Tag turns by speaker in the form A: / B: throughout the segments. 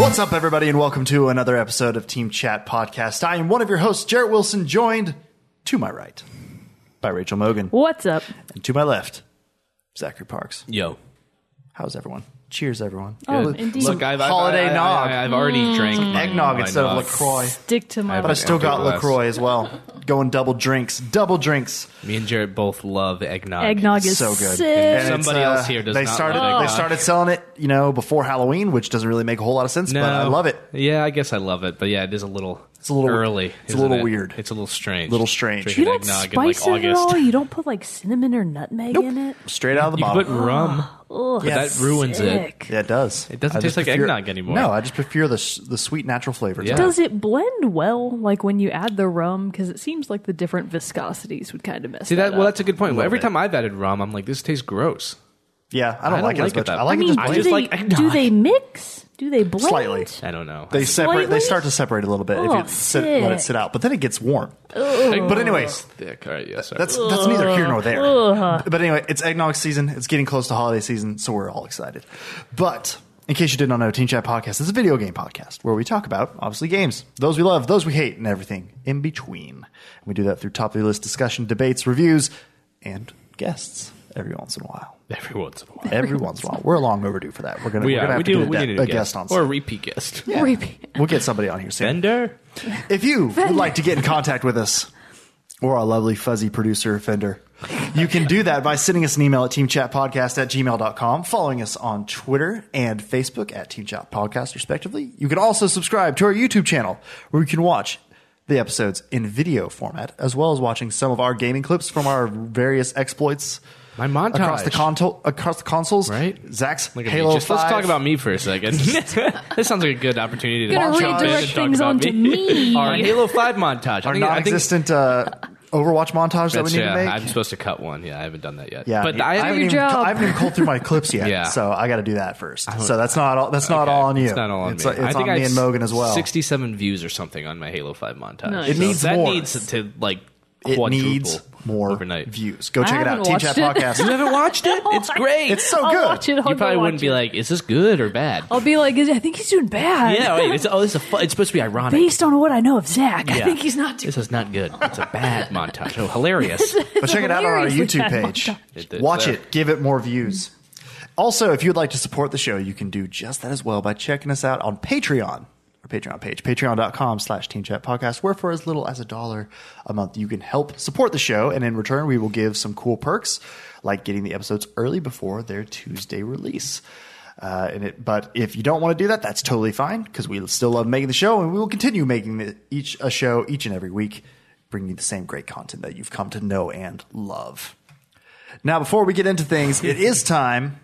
A: What's up, everybody, and welcome to another episode of Team Chat Podcast. I am one of your hosts, Jarrett Wilson, joined to my right by Rachel Mogan,
B: What's up?
A: and to my left, Zachary Parks.
C: Yo.
A: How's everyone? Cheers, everyone.
B: Oh,
C: Good.
B: indeed.
C: Look, I've, I've-
A: Holiday
C: I- I-
A: nog. Mm.
C: I, have already drank my-
A: Eggnog
C: my
A: instead of
C: nog.
A: LaCroix.
B: Stick to my.
C: I've-
A: But I still
C: Empty
A: got
C: glass.
A: LaCroix as well. Going double drinks, double drinks.
C: Me and Jared both love eggnog.
B: eggnog is
A: So good.
B: Sick.
A: And it's, uh,
C: Somebody else here does
A: they
C: not
A: started,
C: like
A: They
C: eggnog.
A: started selling it, you know, before Halloween, which doesn't really make a whole lot of sense,
C: No,
A: but I love it.
C: Yeah, I guess I love it, but yeah, it is a little. It's
A: a little-
C: early.
A: it's a little
C: isn't it?
A: weird.
C: It's a little strange.
A: Little strange.
B: you
C: Drinking
B: don't
C: eggnog
B: spice
C: in like
B: it at all.
C: August.
B: You don't put like cinnamon or nutmeg in it.
A: Straight out of the
C: You can
A: bottle.
C: put rum.
B: Ugh,
A: Yeah,
C: that ruins it.
B: sick.
A: Yeah, it does. It
C: doesn't taste like eggnog anymore.
A: No, I just prefer the s- the sweet natural flavor. to
C: Yeah.
A: it.
B: Does it blend well? Like when you add the rum, because it seems like the different viscosities would kind of mess.
C: See that?
B: Up.
C: Well, that's a good point. Every
A: bit.
C: time I've added rum, I'm like, this tastes gross.
A: Yeah, I don't,
C: I don't
A: like, it as
C: like it
A: much.
C: that
A: I like
B: I mean,
A: it
C: I
A: just
B: do,
C: just
B: they,
C: like eggnog.
B: do they mix? Do they blend?
A: Slightly.
C: I don't know.
A: They separate. They
B: Slightly?
A: start to separate a little bit
B: Oh,
A: if you sit, let it
B: sick.
A: sit out, but then it gets warm. But anyways,
C: thick. All right, yes. Yeah,
A: that's that's neither here nor there. But anyway, it's eggnog season. It's getting close to holiday season, so we're all excited. But in case you did not know, Teen Chat Podcast is a video game podcast where we talk about obviously games, those we love, those we hate, and everything in between. And we do that through top of the list discussion, debates, reviews, and guests every once in a while.
C: every once in a while.
A: Every once in a while, we're long overdue for that. We're gonna,
C: We
A: we're gonna
C: are.
A: have
C: We
A: to
C: do.
A: get a,
C: We
A: de-
C: need
A: a
C: a
A: guest on.
C: or a repeat guest.
A: Yeah.
B: Repeat.
A: We'll get somebody on here soon.
C: Bender.
A: If you would like to get in contact with us or our lovely fuzzy producer, Fender, you can do that by sending us an email at teamchatpodcast at gmail.com, following us on Twitter and Facebook at Team Chat Podcast, respectively. You can also subscribe to our YouTube channel where you can watch the episodes in video format, as well as watching some of our gaming clips from our various exploits
C: My montage.
A: across the console, across the consoles.
C: Right.
A: Zach's
C: Look at
A: Halo
C: me. Just,
A: 5.
C: let's talk about me for a second. this sounds like a good opportunity to
B: Gonna
C: launch off
B: redirect
C: and talk
B: things
C: about
B: onto me.
C: Our Halo Five montage.
A: our
C: I think, I think
A: non-existent uh, Overwatch montage that we
C: that's-
A: need
C: yeah,
A: to make.
C: I'm supposed to cut one. Yeah, I haven't done that yet.
A: Yeah,
C: but
A: you-
C: I,
A: haven't
B: your
A: even,
B: job.
A: I haven't even culled through my clips yet.
C: Yeah.
A: so I got to do that first. So that's not all. That's not
C: okay,
A: all on you.
C: It's not all on
A: it's,
C: me.
A: It's
C: I think
A: on
C: I
A: me
C: had
A: and Mogan as well.
C: 67 views or something on my Halo Five montage.
B: Nice. It
C: So
A: needs
C: that
A: more.
C: needs to like
A: it
C: quadruple
A: needs more
C: overnight.
A: views. Go
B: I
A: check it out.
B: haven't
A: Team Chat
B: watched it.
C: You
A: Podcast.
C: haven't watched it? It's great.
A: It's so
B: I'll
A: good.
B: watch it. I'll go
C: you probably wouldn't
B: watch
C: be
B: it.
C: like, is this good or bad?
B: I'll be like, Oh, I think he's doing bad.
C: Yeah, wait. It's, oh, this is a fu- it's supposed to be ironic.
B: Based on what I know of Zach, I
C: Yeah.
B: think he's not doing.
C: This is not good. It's a bad montage. Oh, hilarious.
A: But check it out on our
B: Hilariously
A: YouTube
B: bad
A: page.
B: montage.
C: It- it's
A: Watch
C: there.
A: it. Give it more views. Also, if you'd like to support the show, you can do just that as well by checking us out on Patreon. Our Patreon page, patreon.com slash team chat podcast, where for as little as a dollar a month, you can help support the show. And in return, we will give some cool perks like getting the episodes early before their Tuesday release. Uh, and it, but if you don't want to do that, that's totally fine because we still love making the show and we will continue making the, each a show each and every week, bringing you the same great content that you've come to know and love. Now, before we get into things, it is time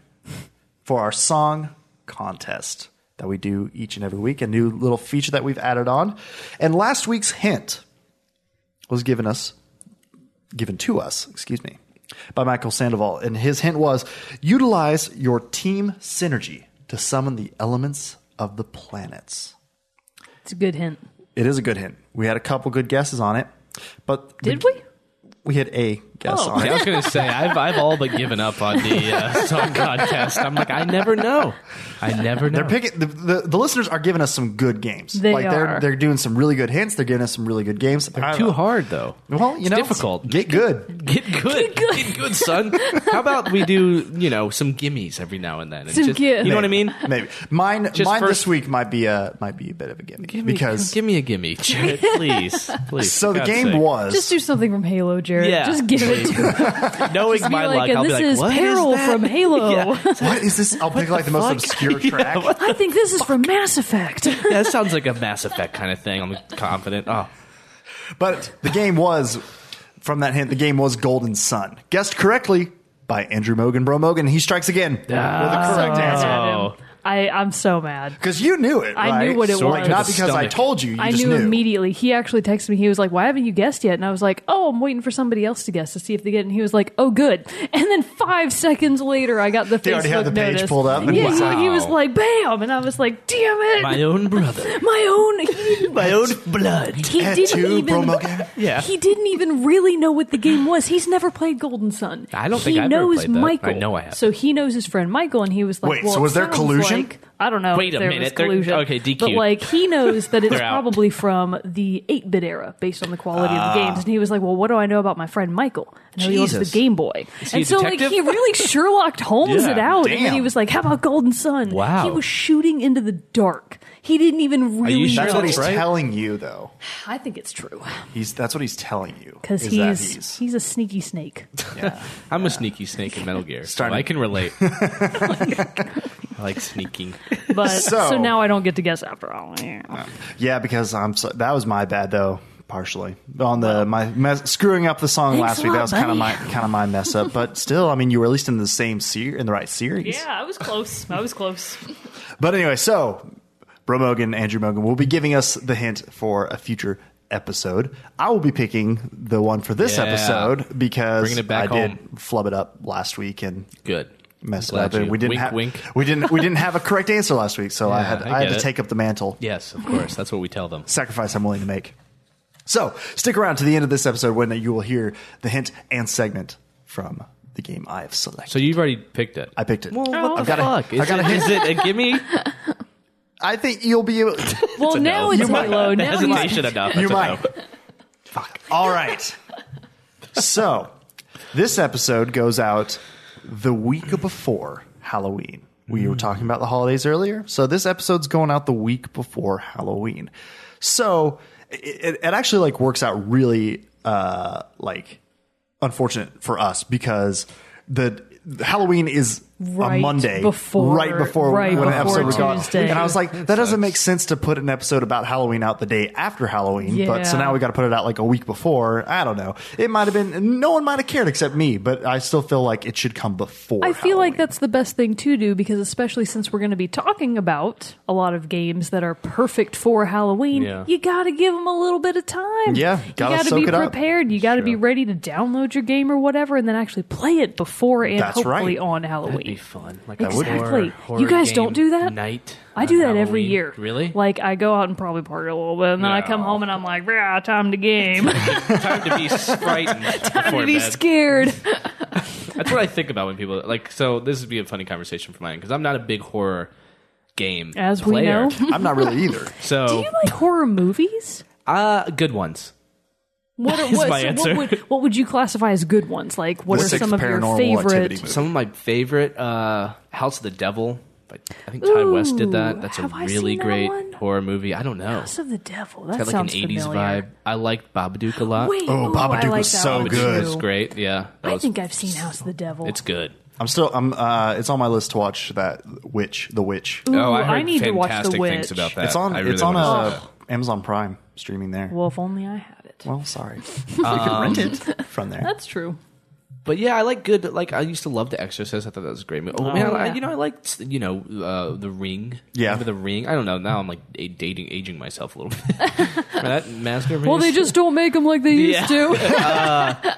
A: for our song contest that we do each and every week, a new little feature that we've added on. And last week's hint was given us given to us, excuse me, by Michael Sandoval. And his hint was utilize your team synergy to summon the elements of the planets.
B: It's a good hint.
A: It is a good hint. We had a couple good guesses on it, but
B: Did we?
A: we had a guess
B: Oh.
A: on
C: Yeah, I
A: it.
C: was going to say, I've, I've all but given up on the uh, song contest. I'm like, I never know. I never know.
A: They're picking the, the, the listeners are giving us some good games.
B: They
A: like they're
B: are.
A: they're doing some really good hints. They're giving us some really good games. I
C: They're
A: don't
C: too
A: know.
C: hard, though.
A: Well, you
C: It's
A: know,
C: difficult.
A: Get good.
C: Get good. Get good, son. How about we do, you know, some gimmies every now and then? and
B: Some
C: just-
B: gi-
C: You know what I mean?
A: Maybe mine
C: Just
A: mine this
C: first-
A: week might be a might be a bit of a gimme
C: Give me,
A: because
C: give me a gimme, Jared, please, please.
A: so the
C: for God's
A: game
C: sake.
A: was
B: Just do something from Halo, Jared.
C: Yeah.
B: Just give it to him.
C: knowing
B: Be
C: my
B: like,
C: luck,
B: and
C: I'll be
B: this
C: like,
B: is
C: what is
B: Peril
C: that?"
B: from Halo.
A: what is this? I'll pick like the most obscure track.
B: I think this is from Mass Effect.
C: That sounds like a Mass Effect kind of thing. I'm confident. Oh,
A: But the game was from that hint. The game was Golden Sun. Guessed correctly by Andrew Mogan, Bro Mogan. He strikes again with the
B: Ah.
A: correct answer
B: Adam, I, I'm so mad.
A: because you knew it.
B: I knew
A: right?
B: what it Sword was.
A: Like,
B: to
A: not
C: the
A: because I
C: stomach.
A: told you. you
B: I
A: just
B: knew, immediately. He actually texted me. He was like, "Why haven't you guessed yet?" And I was like, "Oh, I'm waiting for somebody else to guess to see if they get." it." And he was like, "Oh, good." And then five seconds later, I got the
A: He
B: Facebook
A: already had the page
B: notice.
A: pulled up and-
B: yeah,
C: Wow.
B: he, he was like, "Bam!" And I was like, "Damn it,
C: my own brother,
B: my own." He,
C: my own blood.
B: he
A: Eh,
B: didn't
A: two,
B: even.
A: Bromogan.
C: Yeah.
B: He didn't even really know what the game was. He's never played Golden Sun.
C: I don't
B: he
C: think I've ever
B: knows
C: played that.
B: Michael.
C: I know I haven't.
B: So he knows his friend Michael, and he was like,
A: Wait,
B: "Well,
A: so
B: it
A: was there
B: sounds
A: collusion?
B: Like, I don't know. if
C: Wait a
B: there
C: minute,
B: Was
C: they're-
B: collusion,
C: okay, DQ.
B: But like he knows that it's
C: They're out.
B: probably from the 8-bit era, based on the quality of the games. And he was like, "Well, what do I know about my friend Michael? I know he
C: Ah. Jesus.
B: owns the Game Boy."
C: he
B: and
C: a
B: so like
C: detective?
B: he really Sherlock Holmes
A: Yeah,
B: it out, and then
A: damn.
B: he was like, "How about Golden Sun?"
C: Wow.
B: He was shooting into the dark. He didn't even really.
C: sure
A: That's
B: know.
A: what
C: that's
A: he's
C: right.
A: telling you, though.
B: I think it's true
A: He's that's what he's telling you
B: because
A: is that
B: he's, he's a sneaky snake.
A: yeah.
C: I'm a sneaky snake in Metal Gear. so
A: Starting-
C: I can relate. I like sneaking.
B: But
A: So-
B: so, now I don't get to guess after all. Yeah.
A: yeah, because I'm so, that was my bad though. Partially on the my mess, screwing up the song
B: Thanks
A: last
B: a
A: week.
B: lot,
A: That was kind of
B: buddy.
A: my kind of my mess up, but still, I mean, you were at least in the same ser- in the right series.
B: I was close. I was close.
A: But anyway, so Bro Mogan, Andrew Mogan will be giving us the hint for a future episode. I will be picking the one for this
C: Yeah.
A: episode because
C: Bringing it back
A: I
C: home.
A: did flub it up last week and
C: Good.
A: messed it
C: Glad
A: up, and
C: you-
A: we didn't
C: wink,
A: have
C: wink.
A: we didn't we didn't have a correct answer last week, so I
C: Yeah,
A: had
C: I
A: I, had
C: get
A: to
C: it.
A: take up the mantle
C: Yes, of course. That's what we tell them.
A: sacrifice I'm willing to make. So stick around to the end of this episode when you will hear the hint and segment from the game I have selected.
C: So you've already picked it.
A: I picked it.
C: Well, what
A: I've
C: the
A: got a-
C: fuck?
A: I
C: Is
A: got a
C: it, is it a gimme?
A: I think you'll be able.
B: Well, now it's Halo. Now he's
C: Hesitation enough.
A: you
C: That's a
A: might.
C: no.
A: Fuck. All right. So, this episode goes out the week before Halloween. We
C: Hmm.
A: were talking about the holidays earlier. So, this episode's going out the week before Halloween. So, it, it actually like works out really uh like unfortunate for us because the Halloween is a
B: Right
A: Monday
B: before-
A: right before
B: right
A: when an
B: before
A: episode was gone.
B: Tuesday.
A: And I was like, that doesn't
C: sucks.
A: make sense to put an episode about Halloween out the day after Halloween. But so
B: Yeah.
A: now we got to put it out like a week before. I don't know. It might have been no one might have cared except me, but I still feel like it should come before.
B: I feel like
A: Halloween.
B: that's the best thing to do because, especially since we're going to be talking about a lot of games that are perfect for Halloween,
C: Yeah.
B: you got to give them a little bit of time.
A: Yeah,
B: you
A: gotta
B: got to
A: soak
B: be
A: it up.
B: prepared. You got to be ready to download your game or whatever, and then actually play it before and
A: That's
B: hopefully
A: right.
B: on
C: That'd be
B: Halloween.
C: fun. Like
B: That would
C: a
B: be-
C: horror,
B: Exactly.
C: horror
B: You guys
C: game
B: don't do that?
C: Night.
B: I
C: on
B: do that every
C: Halloween.
B: year.
C: Really?
B: Like I go out and probably party a little bit, and then I come
C: No.
B: home and I'm like, "Yeah, time to game,
C: time to be frightened.
B: time
C: before
B: to be
C: bed.
B: scared."
C: That's what I think about when people like. So this would be a funny conversation for mine because I'm not a big horror game
B: As we
C: player.
B: know,
A: I'm not really either.
C: So
B: do you like horror movies?
C: uh, good ones.
B: What,
C: is
B: what,
C: my
B: so
C: answer.
B: what would what would you classify as good ones? Like what
A: The
B: are
A: sixth
B: some of your
A: Paranormal
B: favorite?
A: Activity movie.
C: Some of my favorite uh, House of the Devil. I I think Ty West did that.
B: Ooh,
C: That's a
B: have I
C: really
B: seen that
C: great
B: one?
C: horror movie. I don't know.
B: House of the Devil. That
C: Had like an
B: sounds
C: '80s
B: familiar.
C: vibe. I liked Babadook a lot.
B: Wait,
A: Oh,
B: ooh,
A: Babadook
B: I like
A: was
B: that
A: so
B: one
A: good.
B: too.
C: it's great. Yeah, that
B: I
C: was-
B: think I've seen House of the Devil.
C: it's good.
A: I'm still. I'm. Uh, it's on my list to watch. That witch, the witch.
B: Ooh,
C: oh, I heard
B: need to watch
C: fantastic
B: The Witch.
C: things about that.
A: It's on.
C: I really
A: it's on
C: wanna
A: uh, Amazon Prime streaming there. Well,
B: Well, if only I had it.
A: sorry. You
C: Um,
A: can rent it from there.
B: That's true.
C: But yeah, I like good. Like I used to love The Exorcist. I thought that was a great movie. Oh, man, I,
B: yeah.
C: you know I liked you know uh, The Ring.
A: Yeah.
C: Remember The Ring. I don't know. Now I'm like a- dating, aging myself a little bit. Remember that mask. over
B: Well,
C: here?
B: they just don't make them like they
C: Yeah.
B: used to.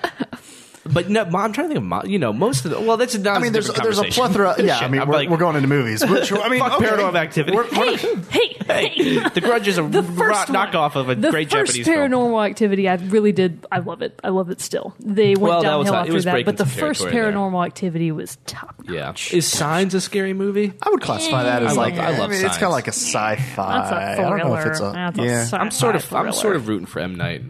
C: But no, Mom, I'm trying to think of Mom. You know, most of the. Well, that's not.
A: I mean, there's uh, there's a plethora. Yeah, I mean,
C: I'm
A: we're,
C: like-
A: we're going into movies. Which, I mean,
C: Fuck
A: okay.
C: Paranormal Activity.
A: We're- we're-
B: hey, hey.
C: The Grudge is a
B: The
C: rot-
B: first one.
C: knockoff of a
B: the
C: great
B: first
C: Japanese film.
B: paranormal activity. I really did. I love it. I love it still. They went
C: Well, that
B: downhill
C: was not- it
B: after
C: was
B: that,
C: breaking
B: but the
C: some
B: first
C: territory there.
B: paranormal activity was top
C: Yeah.
B: notch.
C: Is Signs a scary movie?
A: I would classify that as
C: I
A: like
C: love- I love
A: mean, it's kind of
C: science.
A: like a sci-fi.
B: That's a
A: I don't know if
B: thriller.
A: it's a
B: That's a
A: yeah.
B: sci-
C: I'm sort of.
B: Thriller.
C: I'm sort of rooting for M Night.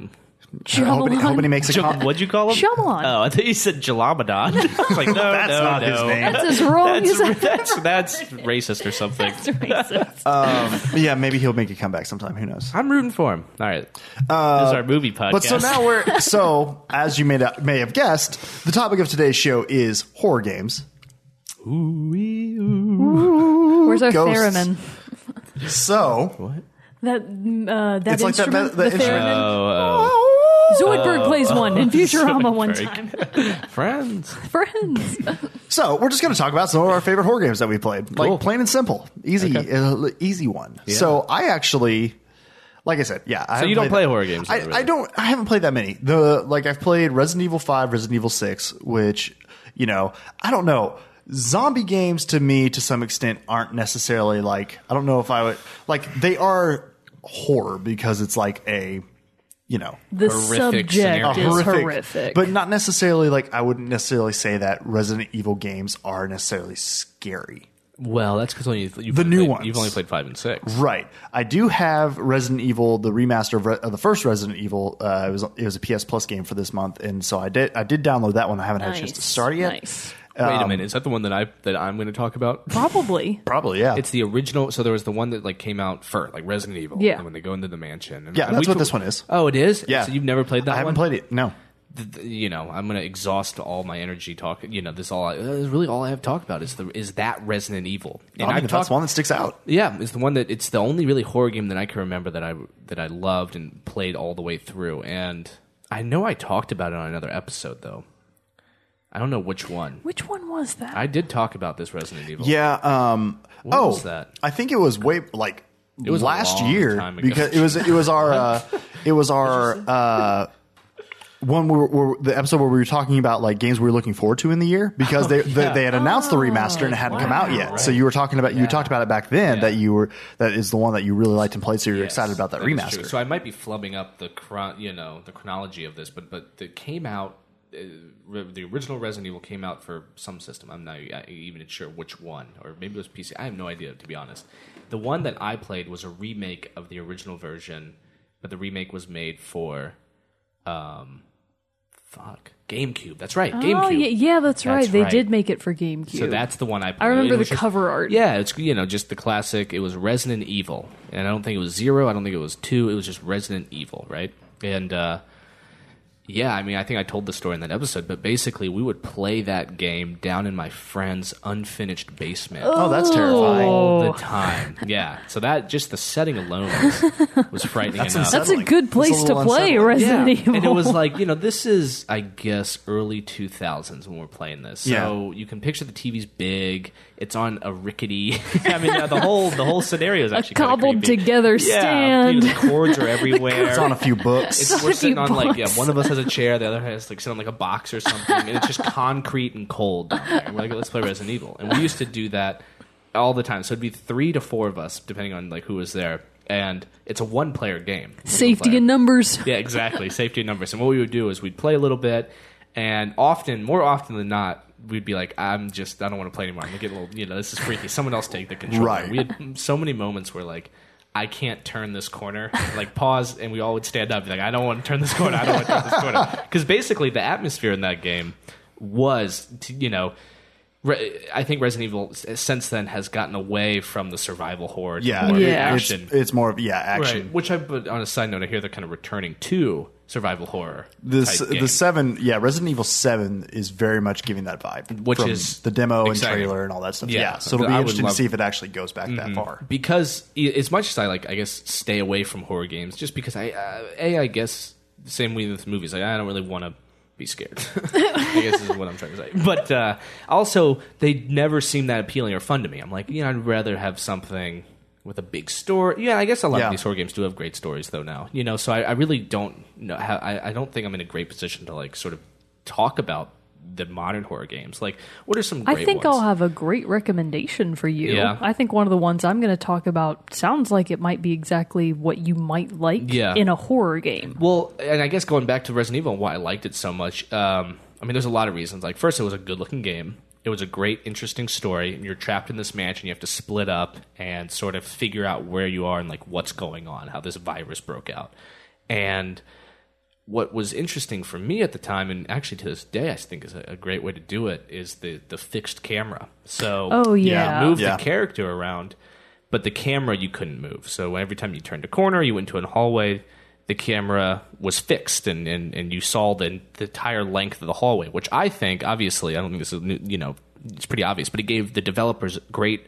A: I'm hoping,
B: Shyamalan.
A: hoping he makes a com-
C: Uh, What'd you call him?
B: Shyamalan.
C: Oh, I thought you said Jalamadon. like no,
A: That's
C: no,
A: not
C: no.
A: his name.
B: That's as wrong as I
C: That's that's, that's racist or something.
B: That's racist.
A: Uh, yeah, maybe he'll make a comeback sometime. Who knows?
C: I'm rooting for him. All right. this is our movie podcast.
A: Uh, But so now we're so as you may not- may have guessed, the topic of today's show is horror games.
B: Where's our
A: ghosts.
B: theremin?
A: So
B: That uh, that
A: It's like that- that- that
B: instrument, the
A: instrument.
B: theremin.
C: uh,
A: Oh.
B: Zoidberg plays one in Futurama one time.
C: Friends.
B: Friends.
A: so we're just going to talk about some of our favorite horror games that we played, like
C: Cool.
A: plain and simple, easy,
C: Okay.
A: uh, easy one. So I actually. Like I said, yeah. I haven't
C: you don't
A: played
C: play
A: that-
C: horror games,
A: I,
C: though,
A: I
C: really?
A: don't. I haven't played that many. The like I've played Resident Evil Five, Resident Evil Six, which you know I don't know. Zombie games to me, to some extent, aren't necessarily like I don't know if I would like they are horror because it's like a you know
B: The
C: Horrific
B: subject
C: scenario.
B: is horrific.
A: but not necessarily like I wouldn't necessarily say that Resident Evil games are necessarily scary.
C: Well, that's because only you've, you've
A: The
C: only
A: new
C: played,
A: ones.
C: You've only played five and six.
A: Right. I do have Resident Evil, the remaster of, Re- of the first Resident Evil. Uh, it was it was a PS Plus game for this month, and so I did I did download that one. I haven't had a chance to
B: Nice.
A: start it yet. Um,
B: Nice.
C: Wait a minute, is that the one that I that I'm going to talk about?
B: Probably.
A: Probably yeah.
C: It's the original. So there was the one that like came out first, like Resident Evil.
B: Yeah.
C: And when they go into the mansion. And,
A: Yeah,
C: and
A: that's
C: we
A: what
C: t-
A: this one is.
C: Oh, it is.
A: yeah.
C: So you've never played that
A: I haven't
C: one?
A: played it. No.
C: th- th- you know, I'm gonna exhaust all my energy talk. You know, this all I, uh, really all I have talked about is the is that Resident Evil.
A: I mean,
C: I've
A: if
C: talked-
A: that's one that sticks out.
C: Yeah, it's the one that it's the only really horror game that I can remember that I that I loved and played all the way through. And I know I talked about it on another episode though. I don't know which one.
B: Which one was that?
C: I did talk about this Resident Evil.
A: Yeah. Um, oh,
C: was that?
A: I think it was way like it
C: was a
A: last
C: long
A: year
C: time ago.
A: because it was it was our uh, it was our uh, one we were, were- the episode where we were talking about like games we were looking forward to in the year
C: Oh,
A: because they they, they had announced the remaster and it hadn't come out yet. So you were talking about you talked about it back then that you were that is the one that you really liked and played. So you're
C: Yes,
A: excited about that,
C: is true.
A: remaster.
C: So I might be flubbing up the chron- you know the chronology of this, but but it came out uh, re- the original Resident Evil came out for some system. I'm not e- even sure which one, or maybe it was PC. I have no idea to be honest. The one that I played was a remake of the original version, but the remake was made for, um, fuck GameCube. That's right, GameCube.
B: Oh, yeah, yeah, that's, right. They
C: right.
B: did make it for GameCube.
C: So that's the one I.
B: I
C: Played.
B: remember
C: It
B: the
C: was just-
B: cover art.
C: Yeah, it's you know just the classic. It was Resident Evil, and I don't think it was zero. I don't think it was two. It was just Resident Evil, right? And uh, yeah, I mean, I think I told the story in that episode, but basically, we would play that game down in my friend's unfinished basement
A: oh, that's terrifying.
B: Oh.
C: all the time. Yeah, so that just the setting alone was, was frightening enough.
B: That's
A: unsettling.
B: a good place
A: It's a
B: to
A: little
B: play
A: unsettling.
B: Resident Evil.
C: And it was like, you know, this is, I guess, early 2000s when we're playing this. So you can picture the TV's big. It's on a rickety. I mean, yeah, the whole the whole scenario is actually kinda
B: cobbled
C: creepy.
B: together stand.
C: You know, the cords are everywhere.
A: It's on a few books.
C: It's- we're sitting on like yeah,
B: box.
C: one of us has a chair, the other has like sitting on like a box or something, and it's just concrete and cold. Down there. And we're like, let's play Resident Evil, and we used to do that all the time. So it'd be three to four of us, depending on like who was there, and it's a one-player game.
B: Safety
C: Single-player.
B: in numbers.
C: Yeah, exactly. Safety and numbers. And what we would do is we'd play a little bit, and often, more often than not, we'd be like, "I'm just, I don't want to play anymore. I'm gonna get a little, you know, this is freaky. Someone else take the control."
A: Right.
C: We had so many moments where like. I can't turn this corner. Like pause, and we all would stand up. and be Like I don't want to turn this corner. I don't want to turn this corner. Because basically, the atmosphere in that game was, to, you know, re- I think Resident Evil s- since then has gotten away from the survival horror. to
A: yeah,
C: more
A: it-
B: Yeah.
A: It's,
C: action.
A: it's more of yeah action.
C: Right. Which I, but on a side note, I hear they're kind of returning to survival horror.
A: The
C: type
A: s- the
C: games.
A: seven, yeah, Resident Evil Seven is very much giving that vibe,
C: Which
A: from
C: is
A: the demo and
C: exciting.
A: trailer and all that stuff. Yeah,
C: Yeah.
A: so it'll be
C: I would
A: interesting to
C: love- Mm-hmm.
A: see if it actually goes back that far.
C: because i- as much as I like, I guess stay away from horror games, just because I, uh, a, I guess same way with movies, like, I don't really want to be scared. I guess is what I'm trying to say. But uh, also, they never seem that appealing or fun to me. I'm like, you know, I'd rather have something with a big story. Yeah, I guess a lot
A: Yeah.
C: of these horror games do have great stories, though. Now, you know, so I, I really don't know. How, I, I don't think I'm in a great position to like sort of talk about the modern horror games. Like, what are some? Great
B: I think
C: ones?
B: I'll have a great recommendation for you.
C: Yeah.
B: I think one of the ones I'm going to talk about sounds like it might be exactly what you might like
C: Yeah.
B: in a horror game.
C: Well, and I guess going back to Resident Evil and why I liked it so much, um, I mean, there's a lot of reasons. Like, first, it was a good looking game. It was a great, interesting story. And you're trapped in this mansion. You have to split up and sort of figure out where you are and like what's going on, how this virus broke out. And what was interesting for me at the time, and actually to this day, I think is a, a great way to do it, is the the fixed camera. So
B: Oh,
C: you
B: yeah.
C: move
A: Yeah.
C: the character around, but the camera you couldn't move. So every time you turned a corner, you went into a hallway, the camera was fixed, and, and, and you saw the, the entire length of the hallway. Which I think, obviously, I don't think this is new- you know it's pretty obvious, but it gave the developers great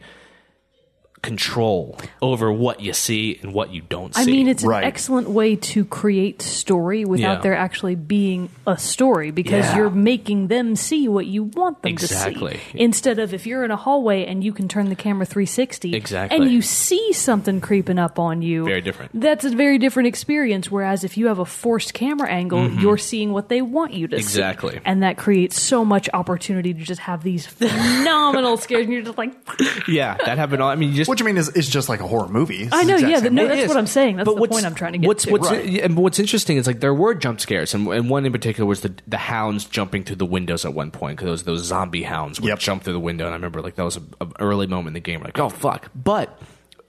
C: control over what you see and what you don't see.
B: I mean, it's
A: Right.
B: an excellent way to create story without
C: Yeah.
B: there actually being a story because
C: Yeah.
B: you're making them see what you want them
C: Exactly.
B: to see. Instead of if you're in a hallway and you can turn the camera 360
C: Exactly.
B: and you see something creeping up on you.
C: Very different.
B: That's a very different experience. Whereas if you have a forced camera angle, you're seeing what they want you to see.
C: Mm-hmm. Exactly.
B: And that creates so much opportunity to just have these phenomenal scares and you're just like,
C: yeah, that happened. All, I mean, you just
A: Which I mean is, is just like a horror movie. It's
B: I
A: the
B: know,
A: exact
B: yeah,
A: same
B: the- no,
A: way.
B: that's
C: It is.
B: what I'm saying. That's the
C: what's-
B: point I'm trying to get
C: What's
B: to.
C: what's
A: Right.
C: and what's interesting is like there were jump scares, and, and one in particular was the the hounds jumping through the windows at one point because those those zombie hounds would
A: Yep.
C: jump through the window, and I remember like that was an early moment in the game, like oh fuck, but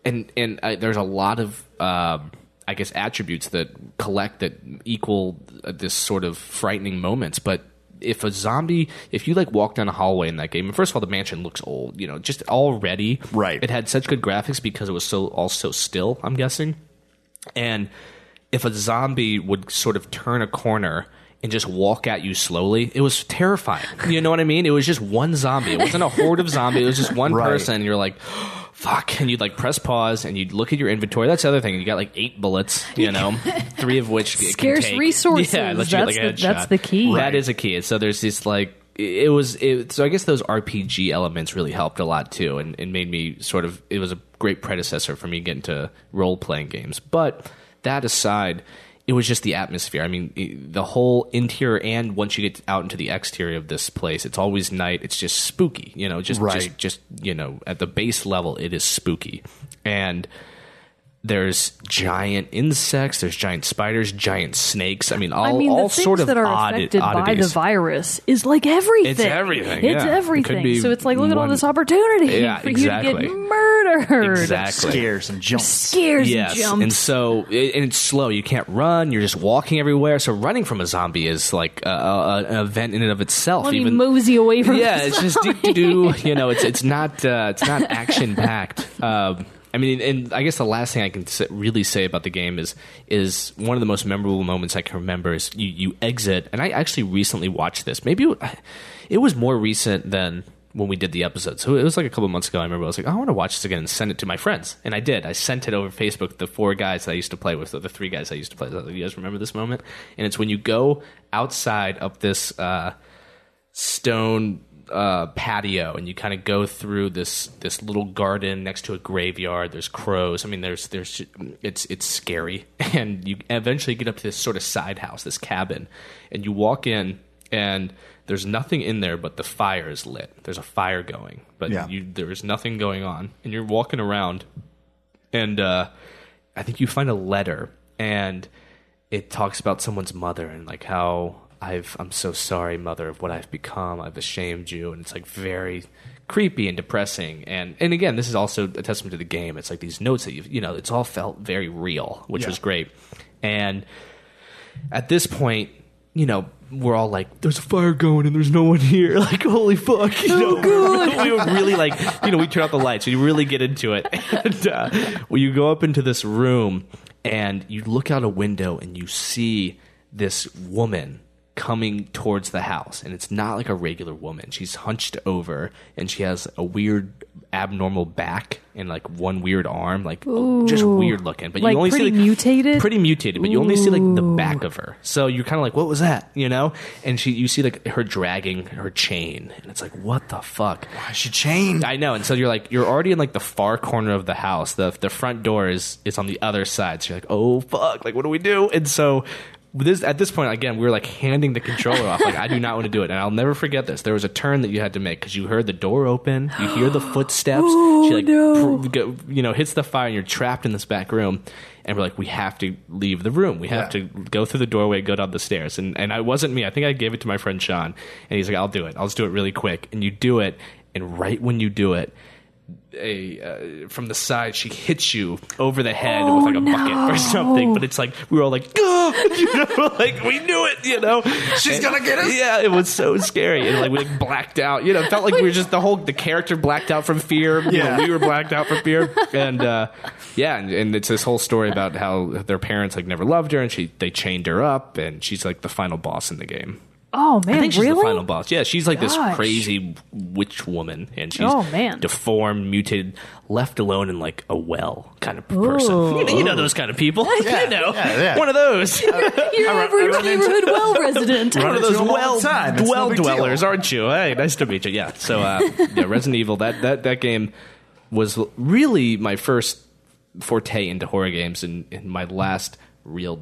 C: and and I, there's a lot of. Um, I guess attributes that collect that equal uh, this sort of frightening moments, but if a zombie, if you like walk down a hallway in that game, and first of all, the mansion looks old, you know, just already,
A: Right.
C: It had such good graphics because it was so all so still. I'm guessing, and if a zombie would sort of turn a corner and just walk at you slowly, it was terrifying. You know what I mean? It was just one zombie. It wasn't a horde of zombies. It was just one
A: Right.
C: person. And you're like, fuck. And you'd like press pause and you'd look at your inventory. That's the other thing. You got like eight bullets, you know, three of which it can
B: Scarce
C: take.
B: resources.
C: Yeah, it lets you get, like, a
B: That's the- that's
C: headshot.
B: the key.
C: That
A: Right.
C: is a key. So there's this like it was it, so I guess those RPG elements really helped a lot too, and it made me sort of it was a great predecessor for me getting to role playing games. But that aside, it was just the atmosphere. I mean, it- the whole interior and once you get out into the exterior of this place, it's always night. It's just spooky, you know. Just
A: Right.
C: just just you know at the base level, it is spooky, and there's giant insects, there's giant spiders, giant snakes. I mean, all,
B: I mean,
C: all
B: the things
C: sort of
B: that are
C: odd,
B: affected by the
C: oddities.
B: virus is like everything.
C: everything,
B: It's
C: yeah. It could
B: everything.
C: be
B: so it's like, look at all
C: one-
B: this opportunity
C: Yeah,
B: for you to
C: exactly.
B: get murdered.
C: Exactly.
A: scares and jumps.
B: Scares
C: Yes,
B: and jumps.
C: and so it, and it's slow. You can't run. You're just walking everywhere. So running from a zombie is like a, a, an event in and of itself.
B: Let me
C: even
B: mosey away from
C: yeah,
B: this.
C: it's just do, do, do you know, it's it's not uh, it's not action packed. Um, I mean, and I guess the last thing I can sa- really say about the game is is one of the most memorable moments I can remember is you you exit, and I actually recently watched this. Maybe it- it was more recent than when we did the episode, so it was like a couple months ago. I remember I was like, "Oh, I want to watch this again and send it to my friends, and I did. I sent it over Facebook. The four guys that I used to play with, the the three guys I used to play with. You guys remember this moment? And it's when you go outside up this. Uh, stone uh, patio, and you kind of go through this this little garden next to a graveyard. There's crows. I mean, there's there's it's it's scary, and you eventually get up to this sort of side house, this cabin, and you walk in, and there's nothing in there, but the fire is lit. There's a fire going, but
A: Yeah.
C: you, there is nothing going on, and you're walking around, and uh, I think you find a letter, and it talks about someone's mother and like how I've I'm so sorry, mother, of what I've become. I've ashamed you, and it's like very creepy and depressing. And and again, this is also a testament to the game. It's like these notes that you you know, it's all felt very real, which
A: Yeah.
C: was great. And at this point, you know, we're all like, "There's a fire going and there's no one here." Like, holy fuck! You know, we would really like, you know, we turn out the lights. You really get into it. And uh, well, you go up into this room and you look out a window and you see this woman coming towards the house, and it's not like a regular woman. She's hunched over and she has a weird, abnormal back and like one weird arm, like just weird looking. But
B: Like,
C: you only
B: pretty
C: see like,
B: mutated?
C: pretty mutated, but you only see like the back of her. So you're kind of like, what was that? You know? And she, you see like her dragging her chain, and it's like, what the fuck?
A: I should change.
C: I know. And so you're like, you're already in like the far corner of the house. The the front door is is on the other side. So you're like, oh fuck, like what do we do? And so. This, at this point, again, we were like handing the controller off. Like, I do not want to do it. And I'll never forget this. There was a turn that you had to make because you heard the door open, you hear the footsteps. she, like,
B: no.
C: pr- go, you know, hits the fire, and you're trapped in this back room. And we're like, we have to leave the room. We have
A: Yeah.
C: to go through the doorway, go down the stairs. And and I wasn't me. I think I gave it to my friend Sean, and he's like, "I'll do it. I'll just do it really quick." And you do it, and right when you do it, a uh, from the side, she hits you over the head with
A: Oh,
C: like a bucket or something. But it's like we were all like, "Ah!" you know, like we knew it, you know.
A: She's
C: And-
A: gonna get us.
C: Yeah, it was so scary, and like we like blacked out. You know, it felt like we were just the whole the character blacked out from fear. You know,
A: Yeah.
C: we were blacked out from fear, and uh, yeah, and, and it's this whole story about how their parents like never loved her, and she they chained her up, and she's like the final boss in the game.
B: oh man,
C: I think she's
B: really?
C: the final boss. Yeah, she's like
B: Gosh.
C: this crazy witch woman, and she's
B: Oh, man.
C: deformed, muted, left alone in like a well kind of person. You know, you know those kind of people. you know,
A: yeah, yeah. Uh,
C: one of those,
B: You're every neighborhood well resident.
C: one of
A: into
C: those
A: them all
C: well,
A: the time. It's
C: well
A: no big deal.
C: dwellers, aren't you? Hey, nice to meet you. Yeah. So, uh, yeah, Resident Evil. That that that game was really my first forte into horror games, and, and my last real,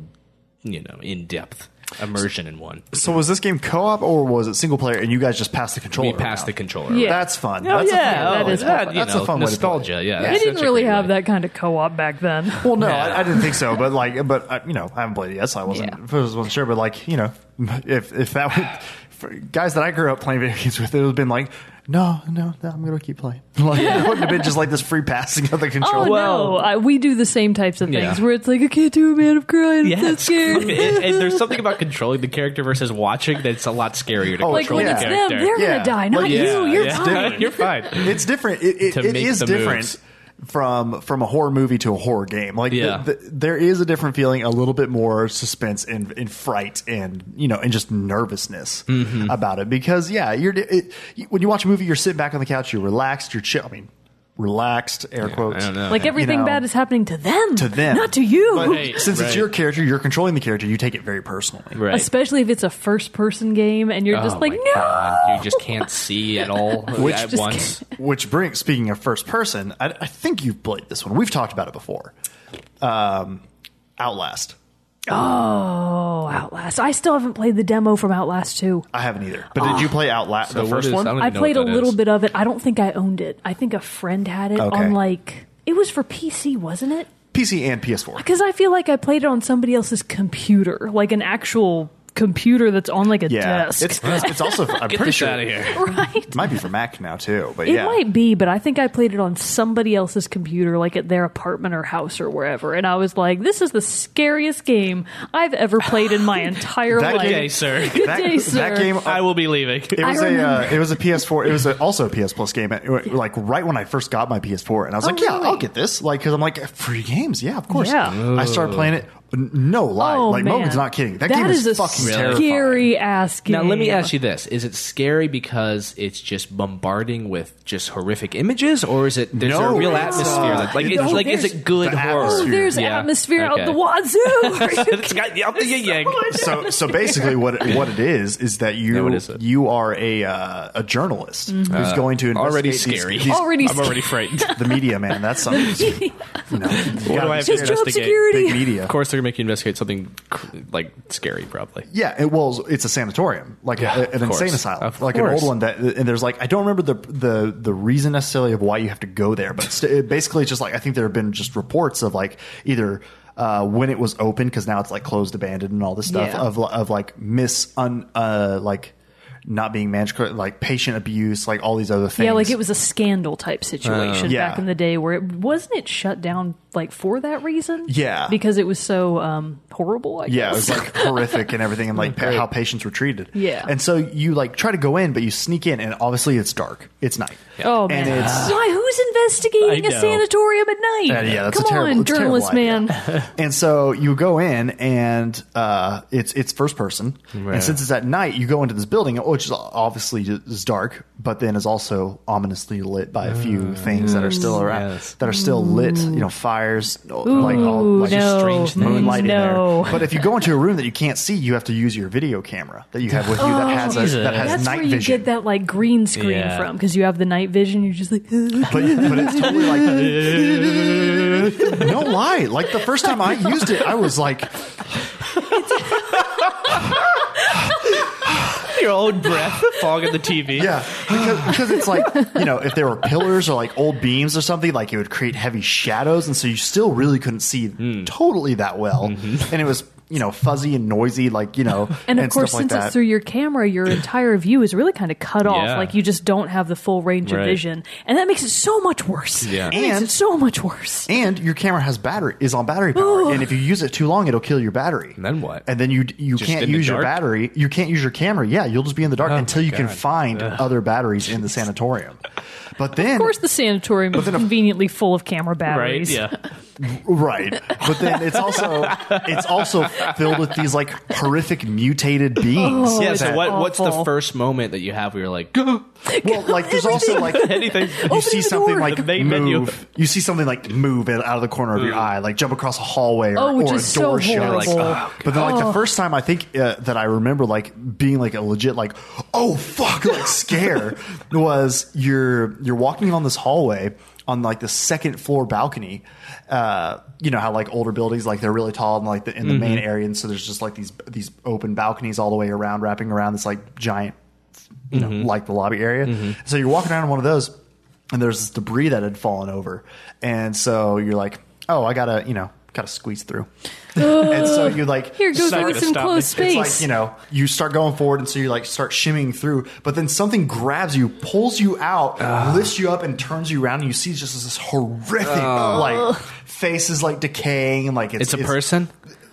C: you know, in depth immersion in one.
A: So was this game co-op or was it single player? And you guys just passed the controller.
C: We passed
A: around?
C: the controller.
B: Yeah.
A: That's fun.
B: Oh,
A: that's a
B: yeah,
A: fun,
B: that is
A: that's,
C: fun.
A: that's
C: You know,
A: a fun way to play it.
C: nostalgia, yeah.
B: They
C: That's
B: didn't
C: such a
B: really
C: great
B: have
C: way.
B: that kind of co-op back then.
A: Well, no,
C: Yeah.
A: I, I didn't think so. But like, but I, you know, I haven't played it yet, so I wasn't
B: Yeah.
A: wasn't sure. But like, you know, if if that would for guys that I grew up playing video games with, it would have been like, no, no, no I'm gonna keep playing. Like, it wouldn't have been just like this free passing of the
B: Oh
A: controller.
B: no, I, we do the same types of things
C: Yeah.
B: where it's like I can't do it, man. I'm crying. I'm so
C: it's
B: scared.
C: and, and there's something about controlling the character versus watching that's a lot scarier to
A: Oh,
B: like
C: control
B: when
A: yeah.
C: the
B: it's them,
C: character.
B: they're
A: Yeah.
B: gonna die,
A: Well,
B: not
A: yeah,
B: you. You're
C: yeah.
B: fine.
C: You're fine.
A: It's different. It, it,
C: To
A: it
C: make
A: is
C: the
A: different
C: moves.
A: from from a horror movie to a horror game. Like,
C: Yeah.
A: the, the, there is a different feeling, a little bit more suspense and, and fright, and you know, and just nervousness
C: Mm-hmm.
A: about it. Because yeah, you're it, you- when you watch a movie, you're sitting back on the couch, you're relaxed, you're chill. I mean, relaxed, air quotes.
C: I don't know.
B: Like
C: Yeah.
B: everything
A: Uh, know,
B: bad is happening to them,
A: to them,
B: not to you.
A: But
C: Hey,
A: since it's
C: right.
A: your character, you're controlling the character. You take it very personally.
C: Right.
B: Especially if it's a first-person game and you're
C: Oh
B: just like,
C: my
B: no.
C: God, You just can't see at all
A: Which
C: at
B: just
C: once.
A: Which brings, speaking of first person, I, I think you've played this one. We've talked about it before. Um, Outlast.
B: Oh, Outlast. I still haven't played the demo from Outlast 2.
A: I haven't either. But did you play Outlast
C: So
A: the
C: what
A: first
C: is-
A: one?
C: I'm-
B: I
C: know
B: played a
C: what that
B: little
C: is.
B: bit of it. I don't think I owned it. I think a friend had it
A: Okay.
B: on like it was for PC, wasn't it?
A: PC and PS4.
B: Because I feel like I played it on somebody else's computer, like an actual computer that's on like a
A: Yeah,
B: desk.
A: it's, it's it's also I'm
C: Get
A: pretty
C: this
A: sure
C: out of here.
B: right.
A: it might be for Mac now too. But
B: It
A: yeah,
B: might be, but I think I played it on somebody else's computer, like at their apartment or house or wherever. And I was like, this is the scariest game I've ever played in my entire
A: That
B: life.
A: game-
C: Okay, sir.
B: Good
A: that,
B: day,
A: that
B: sir.
A: game. uh,
C: I will be leaving.
A: it was
B: I
A: a uh,
B: remember.
A: it was a PS4. It was a, also a PS Plus game. It, wa- like right when I first got my PS4, and I was like, yeah,
B: Oh, really?
A: I'll get this. Like because I'm like free games. Yeah, of course.
B: Yeah.
A: I started playing it. n- No lie,
B: Oh,
A: like
B: man.
A: Mogan's not kidding. That, game
B: is,
A: is,
B: a
A: fucking
B: scary
A: terrifying.
B: ass game.
C: Now let me ask you this: Is it scary because it's just bombarding with just horrific images, or is it there's
A: No,
C: a real
A: it's
C: atmosphere?
A: not.
C: Like, like, it's,
B: No,
C: like is
B: there's-
C: it good
A: The
C: horror?
B: Oh,
A: atmosphere.
B: there's
C: Yeah,
B: atmosphere
C: okay.
B: out the wazoo. Are you
C: it's got out the yin yang.
A: so so basically what it, what it is is that you
C: what is it? Uh,
A: you are a uh, a journalist
B: Mm-hmm.
A: who's going to investigate
C: Already
A: these-
C: scary.
A: these-
B: Already
C: I'm already frightened.
A: the media man that's something you know you gotta
C: I have
A: be
C: to
A: scared
B: His
C: do?
A: of
B: job
C: investigate.
A: big
B: security.
A: media
C: Of course, they're gonna make you investigate something cr- like scary, probably.
A: yeah it was it's a sanatorium like a-
C: Yeah,
A: a-
C: of
A: an
C: course.
A: insane asylum
C: Of
A: like an
C: course.
A: old one that and there's like I don't remember the the the reason necessarily of why you have to go there but it's, it basically it's just like I think there have been just reports of like either uh, when it was open because now it's like closed abandoned and all this stuff
B: Yeah.
A: of of like miss un uh like not being managed correctly, like patient abuse like all these other things
B: Yeah, like it was a scandal type situation
A: Yeah.
B: back in the day where it wasn't it shut down like for that reason?
A: Yeah.
B: Because it was so um horrible, I guess.
A: Yeah, it was like horrific and everything, and like pa-
C: great.
A: how patients were treated.
B: Yeah.
A: and so you like try to go in, but you sneak in, and obviously it's dark. It's night.
B: Oh
A: and
B: man.
A: it's
B: Why who's investigating
C: I
B: a
C: know.
B: sanatorium at night?
A: yeah, yeah, that's
B: Come
A: a terrible,
B: on,
A: it's a terrible
B: journalist
A: idea.
B: man.
A: and so you go in, and uh, it's it's first person,
C: Right.
A: and since it's at night, you go into this building, which is obviously is dark, but then is also ominously lit by a few things that are still around,
C: Mm. yes.
A: that are still lit. You know, fires, like all
B: Ooh,
A: like
B: no.
A: strange moonlight in
B: No.
A: there. But if you go into a room that you can't see, you have to use your video camera that you have with you that has a,
C: Oh, Jesus.
A: that has
B: That's
A: night
B: where you
A: vision.
B: get that like green screen
C: Yeah.
B: from because you have the night vision. You're just like,
A: but but it's totally like no lie. Like the first time I used it, I was like,
C: Your own breath, fog on the TV.
A: yeah, because, because it's like you know if there were pillars or like old beams or something, like it would create heavy shadows, and so you still really couldn't see
C: Hmm.
A: totally that well,
C: Mm-hmm.
A: and it was you know fuzzy and noisy, like you know,
B: and of course,
A: stuff like
B: since
A: that.
B: it's through your camera, your entire view is really kind of cut off.
C: Yeah.
B: Like you just don't have the full range of
C: Right.
B: vision, and that makes it so much worse.
C: Yeah.
B: It makes
A: And-
B: it so much worse.
A: and your camera has battery is on battery power,
B: Ooh.
A: and if you use it too long, it'll kill your battery.
C: And then what?
A: And then you you
C: Just
A: can't
C: in the
A: use your
C: dark?
A: battery. You can't use your camera. Yeah, you'll just be in the dark
C: Oh,
A: until you can
C: God.
A: find other batteries in the sanatorium. But then,
B: Of course, the sanatorium is conveniently full of camera
C: Right.
B: batteries.
C: Yeah.
A: right? But then it's also it's also filled with these like horrific mutated beings.
B: Oh,
C: yeah.
B: it's
C: So what? What's the
B: awful.
C: first moment that you have where you're like, "Go,
A: Well, like there's also like
C: anything?
A: you see
B: the
A: something
B: door.
A: like
C: The main menu.
A: move. You see something like move out of the corner of your eye, like jump across a hallway or,
B: Oh, which
A: or a
B: is so
A: door
B: horrible.
A: shuts.
C: Like, oh,
A: but then, like the first time, I think uh, that I remember like being like a legit like oh fuck like scare was you're you're walking on this hallway on like the second floor balcony. Uh, you know how like older buildings like they're really tall and like the, in the
C: Mm-hmm.
A: main area, and so there's just like these these open balconies all the way around, wrapping around this like giant, you know, like the lobby area. So you're walking around one of those, and there's this debris that had fallen over, and so you're like, oh, I gotta you know gotta squeeze through, and so you like
B: Here goes
C: Sorry
B: with
C: to
B: some
C: stop me.
B: close space.
A: it's like, you know, you start going forward and so you like start shimmying through, but then something grabs you, pulls you out, lifts you up and turns you around and you see just this horrific like face is like decaying and like it's,
C: It's a person.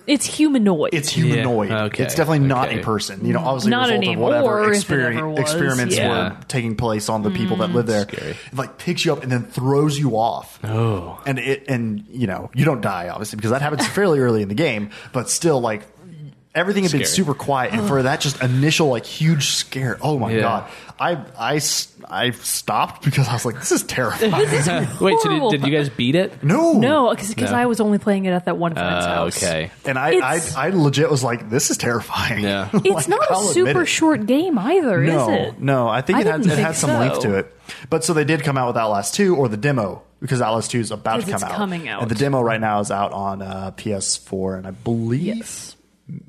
B: it's humanoid.
A: It's humanoid.
C: Yeah, okay,
A: It's definitely not
C: okay.
A: a person. You know, obviously
B: Not
A: a result
B: anymore,
A: of whatever
B: if it
A: experi-
B: ever was.
A: experiments
C: Yeah.
A: were taking place on the people that live there.
C: Mm, Scary.
A: It like picks you up and then throws you off.
C: Oh.
A: And it and you know, you don't die obviously because that happens fairly early in the game, but still like everything had been
C: Scary.
A: super quiet and for that just initial like huge scare. Oh my
C: Yeah.
A: god. I I s- I stopped because I was like this is terrifying.
C: Wait, so
B: horrible.
C: did, did you guys beat it?
A: no.
B: no, because
C: No.
B: I was only playing it at that one friend's
C: Uh,
B: house.
C: okay.
A: And I, I
B: It's-
A: I legit was like this is terrifying.
C: Yeah.
B: It's
A: Like,
B: not a
A: I'll admit
B: super
A: it.
B: short game either,
A: no,
B: is it?
A: No, I think
B: I
A: it had
B: didn't
A: it had
B: think
A: some length
B: so.
A: to it. But so they did come out with Outlast 2 or the demo because Outlast 2 is about to come
B: Because it's
A: out.
B: coming out.
A: And the demo right now is out on uh, PS4 and I believe
B: Yes.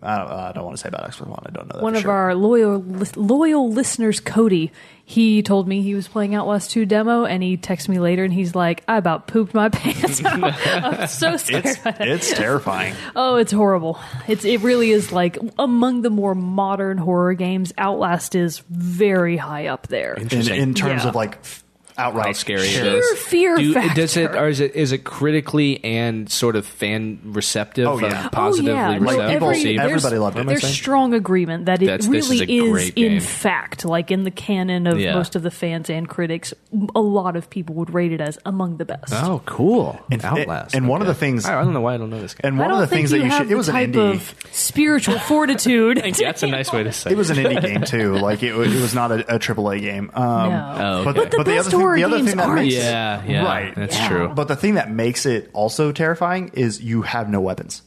A: I don't, uh, I don't want to say about Xbox One. I don't know that
B: One
A: for
B: of
A: sure.
B: our loyal lis- loyal listeners, Cody, he told me he was playing Outlast 2 demo, and he texted me later, and he's like, "I about pooped my pants out. I'm so scared."
A: it's it's terrifying.
B: Oh, it's horrible. It's it really is like among the more modern horror games, Outlast is very high up there.
A: in,
C: Interesting.
A: in terms
B: Yeah.
A: of like f- outright
C: How scary it
A: terror.
B: Sheer
C: is.
B: fear
C: Do,
B: factor.
C: Does it or is it is it critically and sort of fan receptive?
A: Oh, yeah.
C: um, positively
B: oh, yeah.
C: received?
A: Like, people-
B: every,
A: received.
B: there's-
A: Everybody loved it.
B: There's strong agreement that it
C: That's-
B: really
C: this is
B: is,
C: a great
B: in
C: game.
B: fact, like in the canon of
C: Yeah.
B: most of the fans and critics, m- a lot of people would rate it as among the best.
C: Oh, cool!
A: And-
C: Outlast.
A: and one of
C: Okay.
A: the things-
C: I don't know why I don't know this game.
A: And
B: I
A: one
B: don't
A: of the things
B: think
A: that you
B: have
A: should it
B: the
A: was an
B: type
A: indie
B: of spiritual fortitude.
C: that's a nice way to say.
A: it was an indie game too. Like it, wa- it was not a, a AAA game. Um,
B: No.
C: Oh,
A: but,
C: okay.
A: but the
B: best
A: other thing,
B: horror
A: the other
B: games
A: thing that
B: aren't.
A: makes
C: yeah, yeah,
A: right.
C: That's
B: Yeah.
C: true.
A: But the thing that makes it also terrifying is you have no weapons.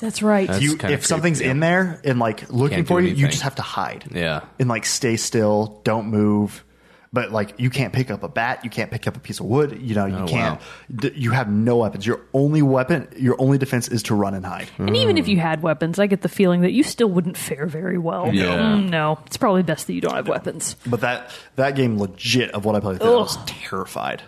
B: That's right.
C: That's-
A: you if
C: kinda creepy,
A: something's
C: yeah.
A: in there and like looking
C: Can't
A: for
C: do
A: you, you
C: anything.
A: just have to hide.
C: Yeah.
A: And like stay still, don't move. But like you can't pick up a bat, you can't pick up a piece of wood, you know, you
C: Oh,
A: can't
C: wow.
A: d- you have no weapons. Your only weapon, your only defense is to run and hide.
C: Hmm.
B: and even if you had weapons, I get the feeling that you still wouldn't fare very well.
C: Yeah.
B: Mm, no, it's probably best that you don't have weapons.
A: But that that game legit of what I played through, I was terrified.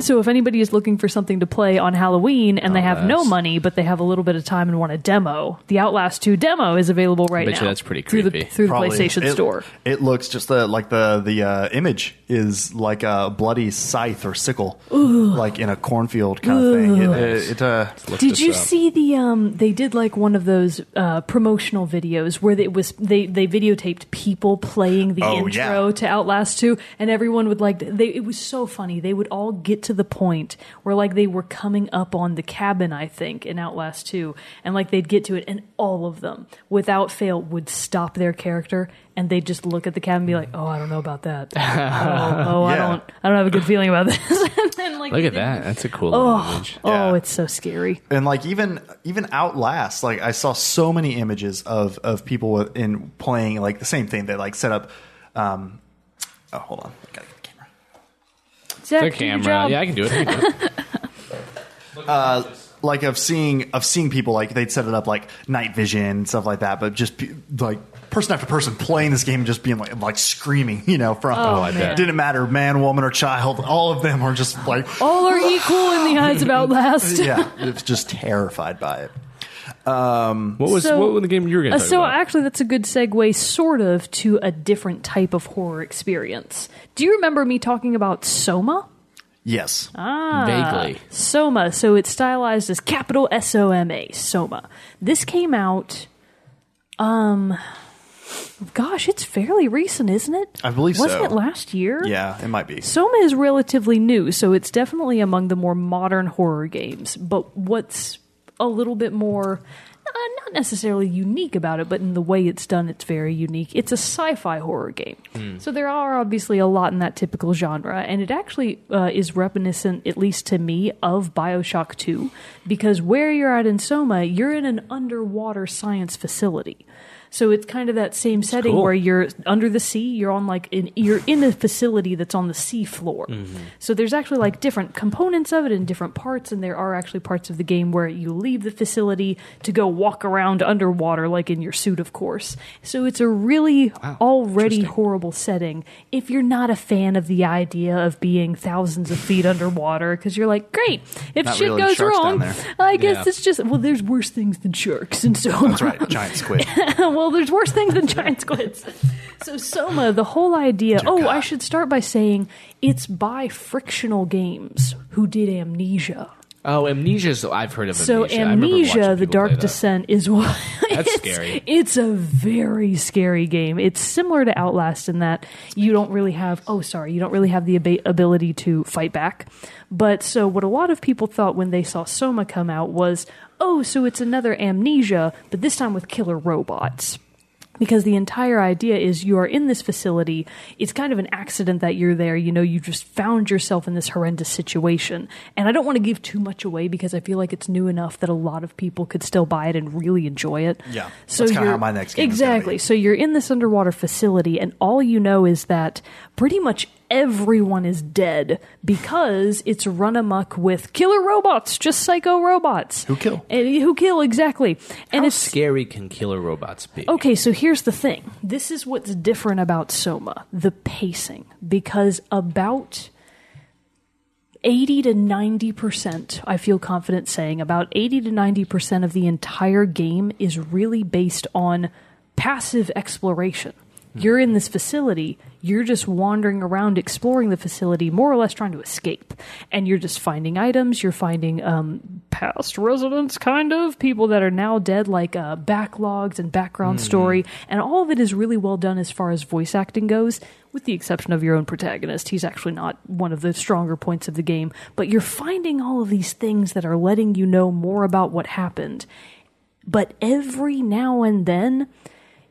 B: So if anybody is looking for something to play on Halloween and they have no
C: Outlast.
B: money but they have a little bit of time and want a demo, the Outlast 2 demo is available right
C: Bet you
B: now.
C: that's pretty
B: through the
C: creepy.
B: through the
A: Probably-
B: PlayStation
A: it-
B: Store.
A: It looks just the like the the uh, image is like a bloody scythe or sickle, like in a cornfield kind of thing. It, it, it, uh,
C: Look
B: Did
C: this
B: you
C: up.
B: see the um they did like one of those uh promotional videos where it was they they videotaped people playing the
A: Oh, yeah.
B: intro to Outlast 2 and everyone would like they it was so funny. They would all get to the point where like they were coming up on the cabin, I think, in Outlast 2 and like they'd get to it and all of them without fail would stop their character and they'd just look at the cabin and be like, "Oh, I don't know about that. oh, oh, I
A: Yeah.
B: don't I don't have a good feeling about this." and then like
C: Look
B: they
C: at that. That's a cool
B: Oh,
C: little image.
A: Yeah.
B: oh, it's so scary.
A: and like even even outlast like i saw so many images of of people with, in playing like the same thing they like set up um oh hold on I gotta get the camera.
B: Zach,
C: The
B: do your
C: camera.
B: job.
C: Yeah, I can do it. I can do it.
A: like of seeing of seeing people like they'd set it up like night vision and stuff like that but just pe- like person after person playing this game and just being like like screaming you know from
B: Oh, I bet.
A: didn't matter man woman or child all of them are just like
B: All are equal in the eyes of Outlast.
A: yeah it's just terrified by it
C: What was
B: So-
C: what was the game you were going to
B: Uh,
C: talk
B: so
C: about?
B: actually, that's a good segue, sort of, to a different type of horror experience. Do you remember me talking about Soma?
A: yes
C: uh, Vaguely.
B: Soma. So it's stylized as capital S O M A. Soma. This came out. Um, gosh, it's fairly recent, isn't it?
A: I believe
B: Wasn't
A: so.
B: it last year?
A: yeah it might be
B: Soma is relatively new, so it's definitely among the more modern horror games. But what's a little bit more, uh, not necessarily unique about it, but in the way it's done, it's very unique. It's a sci fi horror game. So there are obviously a lot in that typical genre, and it actually uh, is reminiscent, at least to me, of Bioshock 2, because where you're at in Soma, you're in an underwater science facility. So it's kind of that same setting
C: cool.
B: where you're under the sea. You're on like in you're in a facility that's on the sea floor.
A: Mm-hmm.
B: So there's actually like different components of it and different parts, and there are actually parts of the game where you leave the facility to go walk around underwater, like in your suit, of course. So it's a really already
C: interesting.
B: horrible setting if you're not a fan of the idea of being thousands of feet underwater because you're like, great, if
A: Not
B: shit
A: really,
B: goes
A: sharks down
B: wrong,
A: there.
B: I guess
C: Yeah.
B: it's just well, there's worse things than sharks, and so
A: That's right, giant squid.
B: well, there's worse things than giant squids. So Soma, the whole idea.
C: Dear
B: Oh,
C: God.
B: I should start by saying it's by Frictional Games who did Amnesia.
C: Oh, Amnesia's. I've heard of
B: So
C: Amnesia. I remember
B: Amnesia,
C: watching
B: The
C: people play
B: Dark
C: that.
B: Descent is what
C: That's
B: it's,
C: scary.
B: It's a very scary game. It's similar to Outlast in that you don't really have oh sorry, you don't really have the ab- ability to fight back. But so what a lot of people thought when they saw Soma come out was, "Oh, so it's another Amnesia, but this time with killer robots." because the entire idea is you are in this facility. It's kind of an accident that you're there. You know, you just found yourself in this horrendous situation. And I don't want to give too much away because I feel like it's new enough that a lot of people could still buy it and really enjoy it.
A: Yeah. That's kinda
B: you're-
A: how my next game is gonna
B: exactly.
A: be.
B: So you're in this underwater facility, and all you know is that pretty much everyone is dead because it's run amok with killer robots, just psycho robots
A: Who kill.
B: And- who kill exactly. And
C: How
B: it's
C: scary can killer robots be?
B: Okay, so here's the thing. This is what's different about Soma, the pacing, because about 80 to 90%, I feel confident saying, about 80 to 90% of the entire game is really based on passive exploration. You're in this facility, you're just wandering around exploring the facility, more or less trying to escape. And you're just finding items, you're finding um, past residents, kind of, people that are now dead, like uh, backlogs and background story. And all of it is really well done as far as voice acting goes with the exception of your own protagonist. He's actually not one of the stronger points of the game, but you're finding all of these things that are letting you know more about what happened. But every now and then,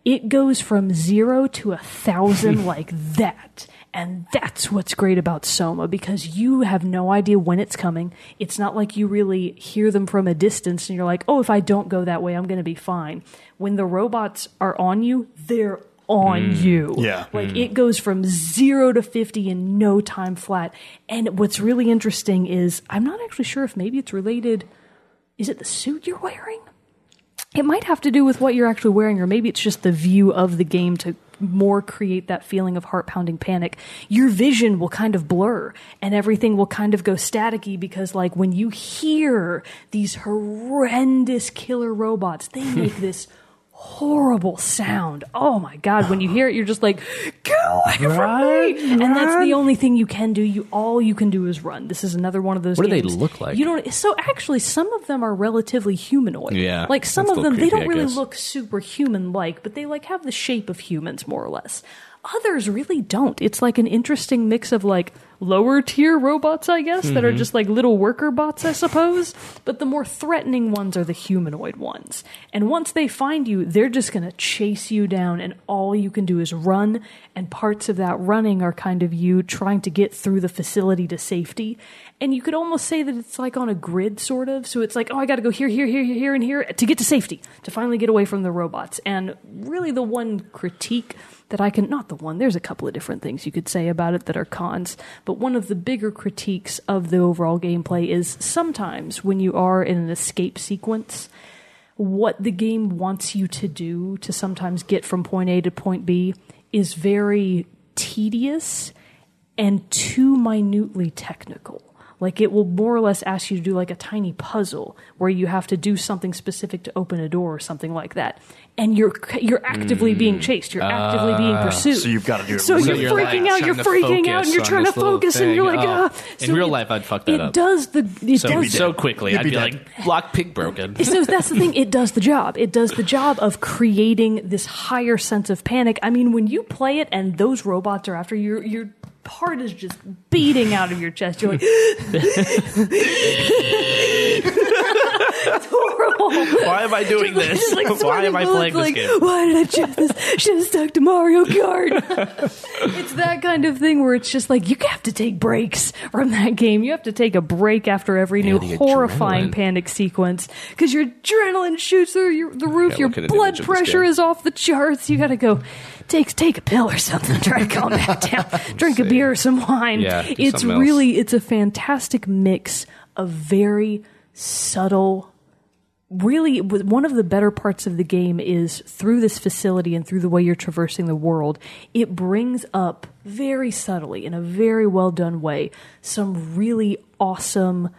B: it goes from zero to a thousand like that. And that's what's great about Soma because you have no idea when it's coming. It's not like you really hear them from a distance and you're like, oh, if I don't go that way, I'm going to be fine. When the robots are on you, they're on you.
A: Yeah.
B: Like it goes from zero to 50 in no time flat. And what's really interesting is I'm not actually sure if maybe it's related. Is it the suit you're wearing? It might have to do with what you're actually wearing, or maybe it's just the view of the game to more create that feeling of heart pounding panic. Your vision will kind of blur and everything will kind of go staticky because, like, when you hear these horrendous killer robots, they make this horrible sound. Oh my god, when you hear it you're just like get away from
A: Run,
B: me. And that's the only thing you can do. You all you can do is run. This is another one of those
C: What do they
B: games.
C: look like?
B: You don't so actually some of them are relatively humanoid.
C: Yeah,
B: Like some
C: that's
B: of
C: still
B: them they
C: creepy,
B: don't
C: I
B: really
C: guess.
B: look superhuman like, but they like have the shape of humans more or less. Others really don't. It's like an interesting mix of like lower tier robots, I guess, that are
C: Mm-hmm.
B: just like little worker bots, I suppose. But the more threatening ones are the humanoid ones. And once they find you, they're just going to chase you down, and all you can do is run. And parts of that running are kind of you trying to get through the facility to safety. And you could almost say that it's like on a grid, sort of. So it's like, oh, I got to go here, here, here, here, here, and here to get to safety, to finally get away from the robots. And really, the one critique that I can, not the one, there's a couple of different things you could say about it that are cons, but one of the bigger critiques of the overall gameplay is sometimes when you are in an escape sequence, what the game wants you to do to sometimes get from point A to point B is very tedious and too minutely technical. Like it will more or less ask you to do like a tiny puzzle where you have to do something specific to open a door or something like that, and you're you're
C: Hmm.
B: actively being chased, you're actively being pursued.
A: So you've gotta do it
B: So
A: really
B: you're,
A: you're,
C: like,
B: freaking out,
C: Ah. trying
B: you're
C: to
B: freaking out, and
C: focus
B: you're
C: on
B: trying to
C: this little
B: focus, and
C: thing.
B: you're like,
C: Oh.
B: ah.
C: In
B: So
C: real
B: it-
C: life, I'd fuck that
B: it
C: up.
B: does the it
C: So,
B: does
C: so
A: dead.
C: quickly,
A: You'd
C: I'd
A: be
C: be,
A: dead.
C: like, block pig broken.
B: so that's the thing. It does the job. It does the job of creating this higher sense of panic. I mean, when you play it and those robots are after you, your heart is just beating out of your chest. You're like, it's horrible.
C: Why am I doing this?
B: Just, like,
C: Why
B: sweating
C: am I
B: bullets,
C: playing this
B: like,
C: game?
B: Why did I choose this? Should have stuck to Mario Kart. it's that kind of thing where it's just like you have to take breaks from that game. You have to take a break after every
C: Yeah,
B: new
C: the
B: horrifying
C: adrenaline.
B: panic sequence because your adrenaline shoots through your, the roof.
C: Yeah,
B: your
C: look at an image
B: blood
C: of this
B: pressure
C: game.
B: is off the charts. You got to go. Take, take a pill or something. Try to calm back down. Drink a
C: see.
B: beer or some wine.
C: Yeah, do
B: it's
C: something else.
B: really it's a fantastic mix of very subtle really w- one of the better parts of the game is through this facility and through the way you're traversing the world it brings up very subtly in a very well done way some really awesome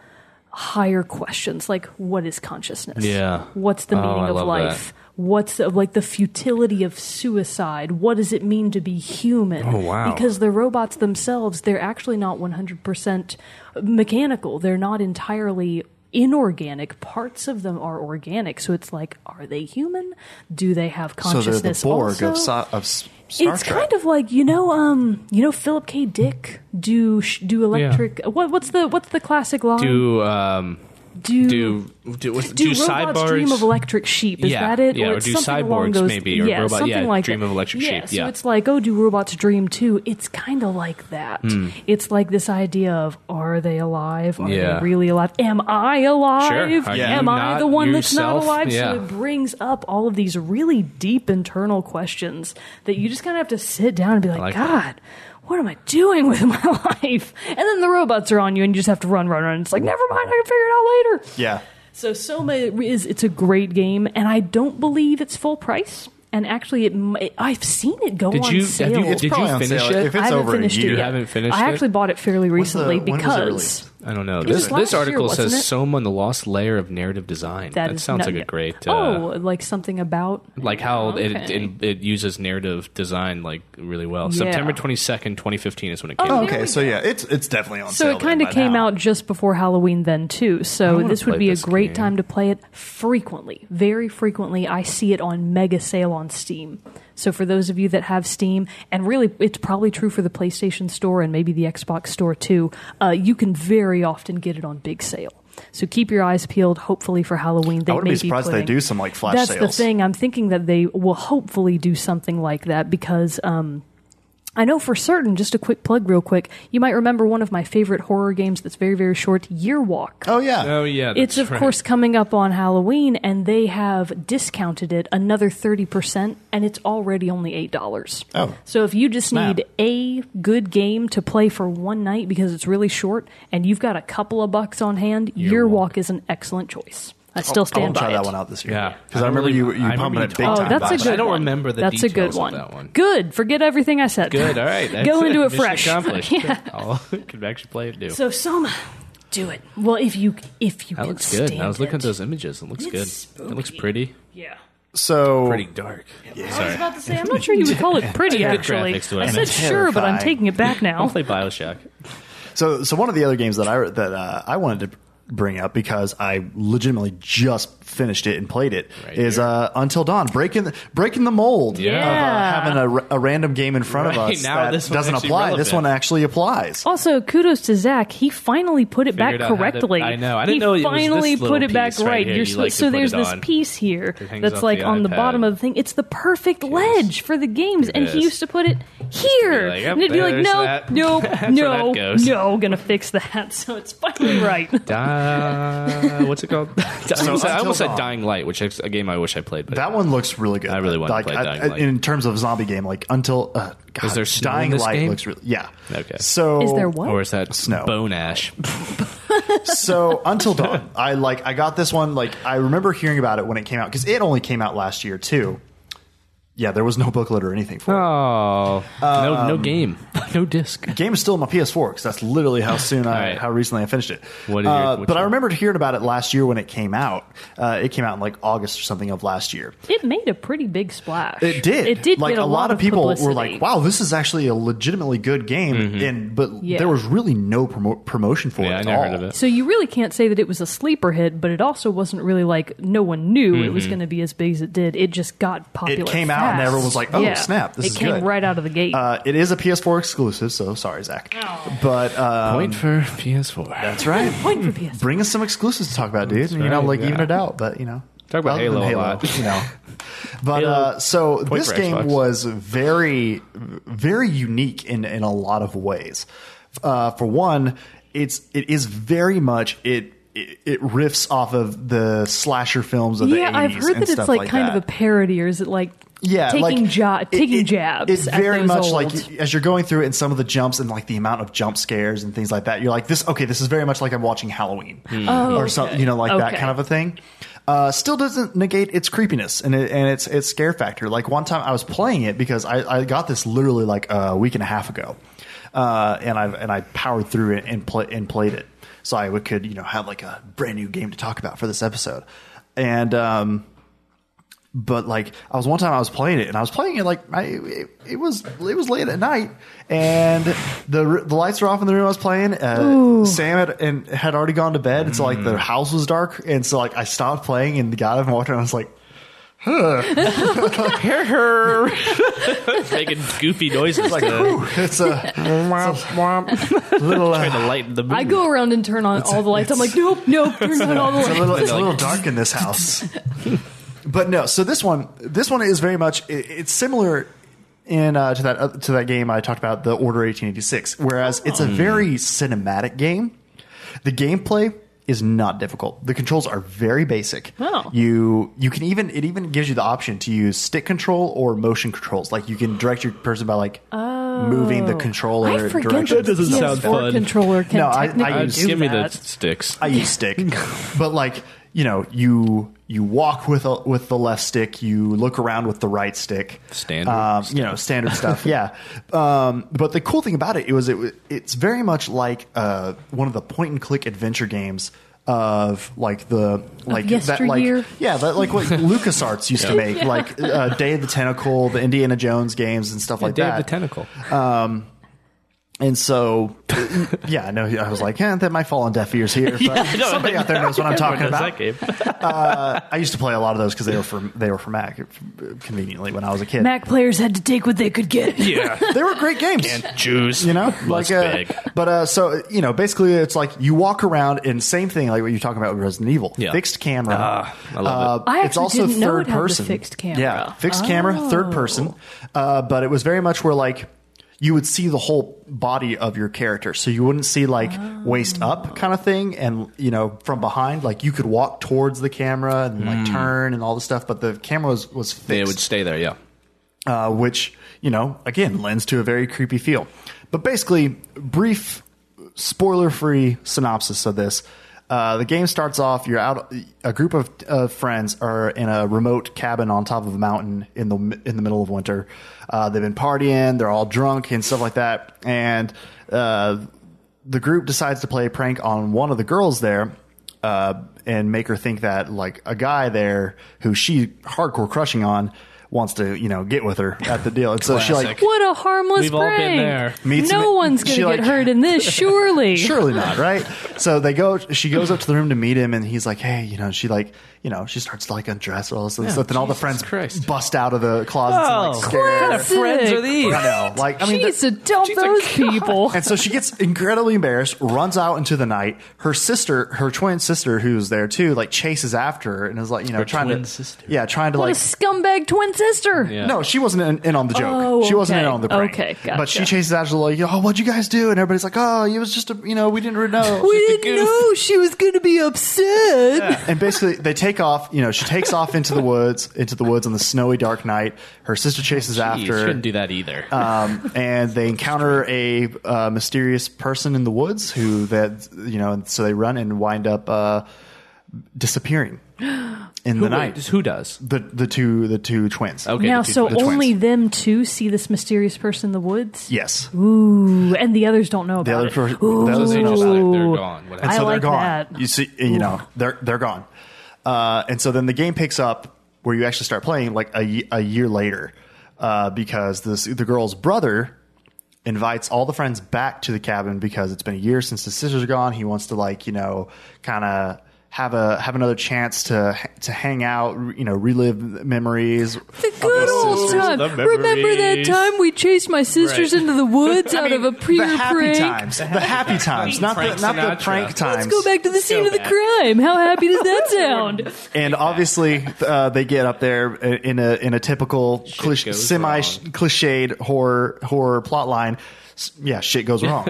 B: higher questions like what is consciousness
C: Yeah.
B: what's the
C: Oh,
B: meaning
C: I
B: of
C: love
B: life what's the, like the futility of suicide what does it mean to be human
C: Oh, wow.
B: because the robots themselves they're actually not 100% mechanical they're not entirely inorganic parts of them are organic so it's like are they human do they have
A: So they're the
B: consciousness
A: Borg
B: also?
A: of, Sa- of S- Star
B: it's
A: Trek.
B: kind of like you know, um, you know, Philip K. Dick do sh- do electric. What, what's the what's the classic line?
C: Do um do do what's,
B: do,
C: do,
B: robots
C: sidebars
B: dream of electric sheep? Is
C: Yeah,
B: that it?
C: yeah, or
B: it's
C: do
B: something along
C: cyborgs
B: those,
C: maybe, or
B: yeah,
C: robot-
B: something
C: yeah,
B: like
C: dream
B: that.
C: of electric
B: yeah,
C: sheep,
B: So
C: yeah.
B: it's like, oh, do robots dream too? It's kind of like that.
C: Hmm.
B: It's like this idea of, are they alive? Are
C: Yeah.
B: they really alive? Am I alive?
C: Are
B: Am
C: you
B: I
C: not
B: the one
C: yourself?
B: that's not alive?
C: Yeah.
B: So it brings up all of these really deep internal questions that you just kind of have to sit down and be like,
C: like that.
B: God. What am I doing with my life? And then the robots are on you, and you just have to run, run, run. It's like, never mind, I can figure it out later.
A: yeah.
B: So Soma is it's a great game, and I don't believe it's full price. And actually, it, m- it I've seen it go
C: Did
B: on
C: you- have
B: sale.
C: you-
A: It's
C: Did
A: probably on
C: finish
A: sale.
C: it?
A: If
B: I
A: it's
B: haven't
A: over a
B: finished
A: year,
B: it.
C: You
B: yet.
C: haven't finished
B: I
C: it?
B: actually bought it fairly recently
A: when was it
B: because
A: released?
C: I don't know.
B: was
C: This this
B: last year,
C: article
B: wasn't
C: says
B: it?
C: Soma and the Lost Layer of Narrative Design. That,
B: is
C: sounds
B: not-
C: like a great uh,
B: oh, like something about
C: like how it,
B: Okay.
C: it it uses narrative design like really well.
B: Yeah.
C: September 22nd, 2015 is when it came
B: Oh,
C: out.
B: There
A: Okay,
B: we
A: so yeah, it's it's definitely on
B: So
A: sale.
B: it kind of came out just before Halloween then too. So
C: wanna
B: this would
C: play
B: be
C: this
B: a great
C: game.
B: time to play it frequently, very frequently. I see it on mega sale on Steam. So for those of you that have Steam, and really it's probably true for the PlayStation Store and maybe the Xbox Store too, uh, you can very often get it on big sale. So keep your eyes peeled. Hopefully for Halloween, they
A: I wouldn't
B: may
A: be surprised if they
B: putting-
A: do some like flash
B: That's
A: sales.
B: the thing. I'm thinking that they will hopefully do something like that because um, I know for certain, just a quick plug, real quick, you might remember one of my favorite horror games that's very, very short Year Walk.
A: Oh yeah.
C: Oh yeah,
B: it's,
C: that's
B: of
C: right.
B: course, coming up on Halloween, and they have discounted it another 30%, and it's already only $8.
A: Oh.
B: So if you just
A: Snap.
B: need a good game to play for one night because it's really short and you've got a couple of bucks on hand, Year, Walk. is an excellent choice. I still
A: I
B: stand
A: want to
B: by
A: try
B: it.
A: that one out this year.
C: Yeah.
A: because I
C: I
A: remember
C: really-
A: you
C: I
A: you
C: remember
A: pumping
C: you
A: it big
C: talking
A: time.
B: Oh, that's
A: back
B: a
A: then.
B: good.
C: I don't
B: one.
C: remember the
B: That's a good
C: details of
B: one.
C: that one.
B: Good. Forget everything I said.
C: Good. All right.
B: Go into it
C: Mission
B: fresh.
C: accomplished.
B: Yeah.
C: I'll- can actually play it new.
B: So Soma, do it. Well, if you if you
C: that
B: can
C: looks good.
B: stand
C: I was looking at
B: it.
C: those images. It looks
B: It's
C: good.
B: spooky.
C: It looks pretty.
B: Yeah.
A: So
C: Pretty dark.
B: I was
C: Sorry.
B: about to say, I'm not sure you would call it pretty, actually.
C: graphics to
B: I
C: it, I
B: said
C: meant.
B: sure, but I'm
A: Terrifying.
B: taking it back
C: I'll
B: now.
C: play Bioshock.
A: So, so one of the other games that I that uh, I wanted to bring up because I legitimately just finished it and played it is
C: Right here.
A: uh, Until Dawn, breaking the, breaking the mold
C: Yeah.
A: of uh, having a, ra- a random game in front of
C: Right,
A: us
C: now
A: that
C: this one's
A: doesn't
C: actually
A: apply. This
C: relevant.
A: one actually applies.
B: Also, kudos to Zach. He finally put it
C: Figured
B: back
C: out how to-
B: correctly.
C: I know. I
B: he
C: didn't know it was this
B: finally
C: little
B: put it back
C: piece right here
B: You're
C: you
B: supposed-
C: like to
B: so
C: put
B: there's
C: it
B: this
C: on.
B: piece here
C: It hangs
B: that's
C: off
B: like
C: the
B: on the
C: iPad.
B: bottom of the thing. It's the perfect ledge for the games, and he
C: is.
B: used to put it here,
C: like,
B: and it'd be
C: "Yep,
B: like,
C: there's
B: no,
C: that.
B: no,
C: That's where
B: no,
C: that goes."
B: no, gonna fix that. So it's finally right.
C: Di- what's it called? I almost, said, I
A: Until
C: almost said
A: Dawn.
C: Dying Light, which is a game I wish I played. But
A: That one looks really good.
C: I really want to play Dying Light.
A: in terms of zombie game. Like until uh, God,
C: there snow in
A: Dying
C: this
A: Light
C: game?
A: looks really yeah.
C: Okay.
A: So
B: Is there what?
C: or is that
A: Snow.
C: Bone Ash?
A: so until dawn i like i got this one like i remember hearing about it when it came out because it only came out last year too yeah there was no booklet or anything for it
C: Oh, no,
A: Um,
C: no game, no disc.
A: game is still on my ps4 because that's literally how soon i
C: Right.
A: how recently i finished it
C: What is your-
A: Uh,
C: what's
A: but i
C: your-
A: remembered hearing about it last year when it came out uh, it came out in like august or something of last year
B: It made a pretty big splash.
A: it did.
B: It did.
A: Like
B: get a,
A: lot, of people were
B: publicity.
A: like, "Wow, this is actually a legitimately good game," and but
B: Yeah.
A: there was really no promo- promotion for
C: Mm-hmm.
A: it
C: Yeah, I
A: at
C: never
A: all.
C: heard of it.
B: So you really can't say that it was a sleeper hit, but it also wasn't really like no one knew it was going to be as big as it did. It just got popular.
A: Mm-hmm. came out and
B: fast.
A: everyone was like, "Oh, snap, this
B: it
A: is
B: came
A: good."
B: right out of the gate.
A: Uh, it is a PS4 exclusive, so sorry, Zach.
B: Oh.
A: But uh,
C: Point for PS4.
A: that's right.
B: Point for PS.
A: bring us some exclusives to talk about, dude. you know,
C: right,
A: like
C: yeah.
A: even it out, but you know,
C: Talk about
A: Other than
C: Halo, a lot.
A: you know. But
C: Halo,
A: uh, so
C: point
A: this
C: for
A: game
C: Xbox.
A: was very, very unique in in a lot of ways. Uh, for one, it's it is very much it. It it riffs off of the slasher films of the 80s.
B: yeah, I've heard
A: and
B: that it's
A: stuff
B: like, kind
A: that
B: of a parody, or is it like
A: yeah,
B: taking
A: like,
B: ja-
A: it-
B: taking
A: it-
B: jabs?
A: It's
B: at
A: very
B: those
A: much
B: old-
A: like as you're going through it, and some of the jumps and like the amount of jump scares and things like that. You're like this. Okay, this is very much like I'm watching Halloween
B: Oh,
A: or
B: okay.
A: something. You know, like that
B: Okay.
A: kind of a thing. Uh, still doesn't negate its creepiness and it, and its its scare factor. Like one time I was playing it because I, I got this literally like a week and a half ago, uh, and I and I powered through it and play, and played it. So I would, could you know have like a brand new game to talk about for this episode, and um, but like I was one time I was playing it and I was playing it like I it, it was it was late at night and the r- the lights were off in the room I was playing. Uh, Sam had and had already gone to bed and so like the house was dark and so like I stopped playing and got up and walked around. I was like,
C: Her, making goofy noises
A: like
C: to,
A: "Ooh, it's a little
C: trying
A: uh,
C: to lighten the mood.
B: I go around and turn on all the lights. I'm like, nope, nope, turn on all the
A: it's a
B: lights.
A: little it's a
C: Like-
A: little dark in this house. but no, so this one this one is very much it, it's similar. In uh, to that uh, to that game I talked about, the Order 1886. Whereas it's
B: Hmm.
A: a very cinematic game, The gameplay is not difficult. The controls are very basic.
B: Oh.
A: You you can even it even gives you the option to use stick control or motion controls. Like you can direct your person by like moving the controller
B: Oh. I
A: in
B: forget
A: direction.
C: That doesn't sound
B: PS4
C: fun.
B: Controller can
A: No, I-
B: technically
A: I-
C: Uh,
B: do
C: just give me
B: that.
C: the sticks.
A: I use stick, but like you know, you you walk with a, with the left stick, you look around with the right stick,
C: Standard
A: um, you know, standard stuff. Yeah, um, but the cool thing about it, it was it wa- it's very much like uh, one of the point and click adventure games of like the like that
B: yesteryear?
A: like yeah that like what LucasArts used to make like uh, Day of the Tentacle, the Indiana Jones games and stuff like
C: Day
A: that.
C: of the Tentacle.
A: And so, yeah, no, I was like, eh, that might fall on deaf ears here. But somebody out there knows what I'm talking about.
C: that game.
A: I used to play a lot of those because they were for they were for Mac conveniently when I was a kid.
B: Mac players had to take what they could get.
C: yeah.
A: They were great games.
C: Jews.
A: you know,
C: Must
A: uh,
C: beg.
A: but uh, so you know, basically, it's like you walk around and same thing like what you're talking about with Resident Evil,
C: Yeah.
A: fixed camera.
C: Ah, I love
A: Uh,
B: I
A: it's
B: actually
A: also
B: didn't know
A: third
B: it had the
A: person.
B: fixed camera. Oh.
A: Yeah, fixed camera, third person. Uh, but it was very much where like you would see the whole body of your character, so you wouldn't see like waist up kind of thing, and you know from behind, like you could walk towards the camera and like turn and all this stuff. But the camera was was fixed
C: They would stay there, Hmm. yeah.
A: uh, which you know again lends to a very creepy feel. But basically, brief spoiler-free synopsis of this: uh, the game starts off. You're out. A group of uh, friends are in a remote cabin on top of a mountain in the in the middle of winter. Uh, they've been partying. They're all drunk and stuff like that. And uh, the group decides to play a prank on one of the girls there uh, and make her think that like a guy there who she hardcore crushing on wants to you know get with her at the deal and so she like
C: Classic.
B: What a harmless
C: We've all been
B: prank!
C: there.
A: Meets
B: no
A: him-
B: one's gonna
A: she,
B: get
A: like-
B: hurt in this, surely.
A: surely not right so they go she goes up to the room to meet him and he's like hey you know she like you know she starts to like undress all this and stuff and all the
C: Jesus
A: friends
C: Christ.
A: bust out of the closets and
C: Oh,
A: like scare her.
B: classic. friends are these?
A: I know like I mean that-
B: Jeez, adult those people.
A: And so she gets incredibly embarrassed, runs out into the night. Her sister, her twin sister, who's there too, like chases after her and is like, you know, trying
C: twin
A: to,
C: sister.
A: yeah, trying to
B: What a
A: like.
B: scumbag twin sister.
C: Yeah.
A: No, she wasn't in, in on the joke.
B: Oh,
A: she wasn't in
B: okay.
A: on the prank.
B: Okay,
A: But she
B: gotcha.
A: chases after like, oh, what'd you guys do? And everybody's like, oh, it was just a, you know, we didn't really know.
B: We
C: Just a
B: didn't
C: goof.
B: know she was gonna be upset.
A: and basically, they take off. You know, she takes off into the woods, into the woods on the snowy, dark night. Her sister chases
C: Jeez,
A: after.
C: shouldn't do that either.
A: um, and they encounter a uh, mysterious person in the woods who that you know, and so they run and wind up uh, disappearing in
C: who,
A: the night.
C: who does?
A: the the two the two twins.
C: Okay,
B: now,
C: the two
B: so
C: twins.
B: only them two see this mysterious person in the woods,
A: Yes,
B: Ooh, and the others don't know about
A: the other
B: it.
A: person. The others
C: They
A: don't know
C: just
A: about it.
C: like, they're
B: Ooh.
C: gone. What
A: and
B: I
A: so
B: like
A: they're gone.
B: that.
A: You see, you know, they're they're gone. Uh, and so then the game picks up where you actually start playing like a, ye- a year later, uh, because this the girl's brother invites all the friends back to the cabin because it's been a year since his sisters are gone. He wants to like you know kind of have a have another chance to to hang out, you know, relive memories.
B: The good old
C: sisters,
B: time.
C: the
B: Remember that
C: memories.
B: time we chased my sisters
C: Right.
B: into the woods out of
A: the
B: a pre-prank?
A: happy times, the happy times, not the
C: Frank
A: not the
C: Sinatra.
A: prank times.
B: Let's go back to the scene
C: go
B: of the
C: back.
B: crime. How happy does that sound?
A: And obviously, uh, they get up there in a in a typical clich-
C: goes
A: semi
C: wrong.
A: cliched horror horror plot line. S- Yeah, shit goes wrong.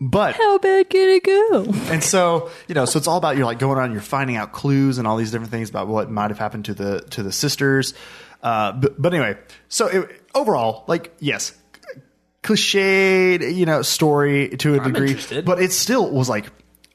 A: but
B: How bad can it go?
A: and so you know, so it's all about you're like going on, you're finding out clues and all these different things about what might have happened to the to the sisters. Uh, but, but anyway, so it, overall, like yes, cliched you know story to a degree,
C: interested. Hmm.
A: but it still was like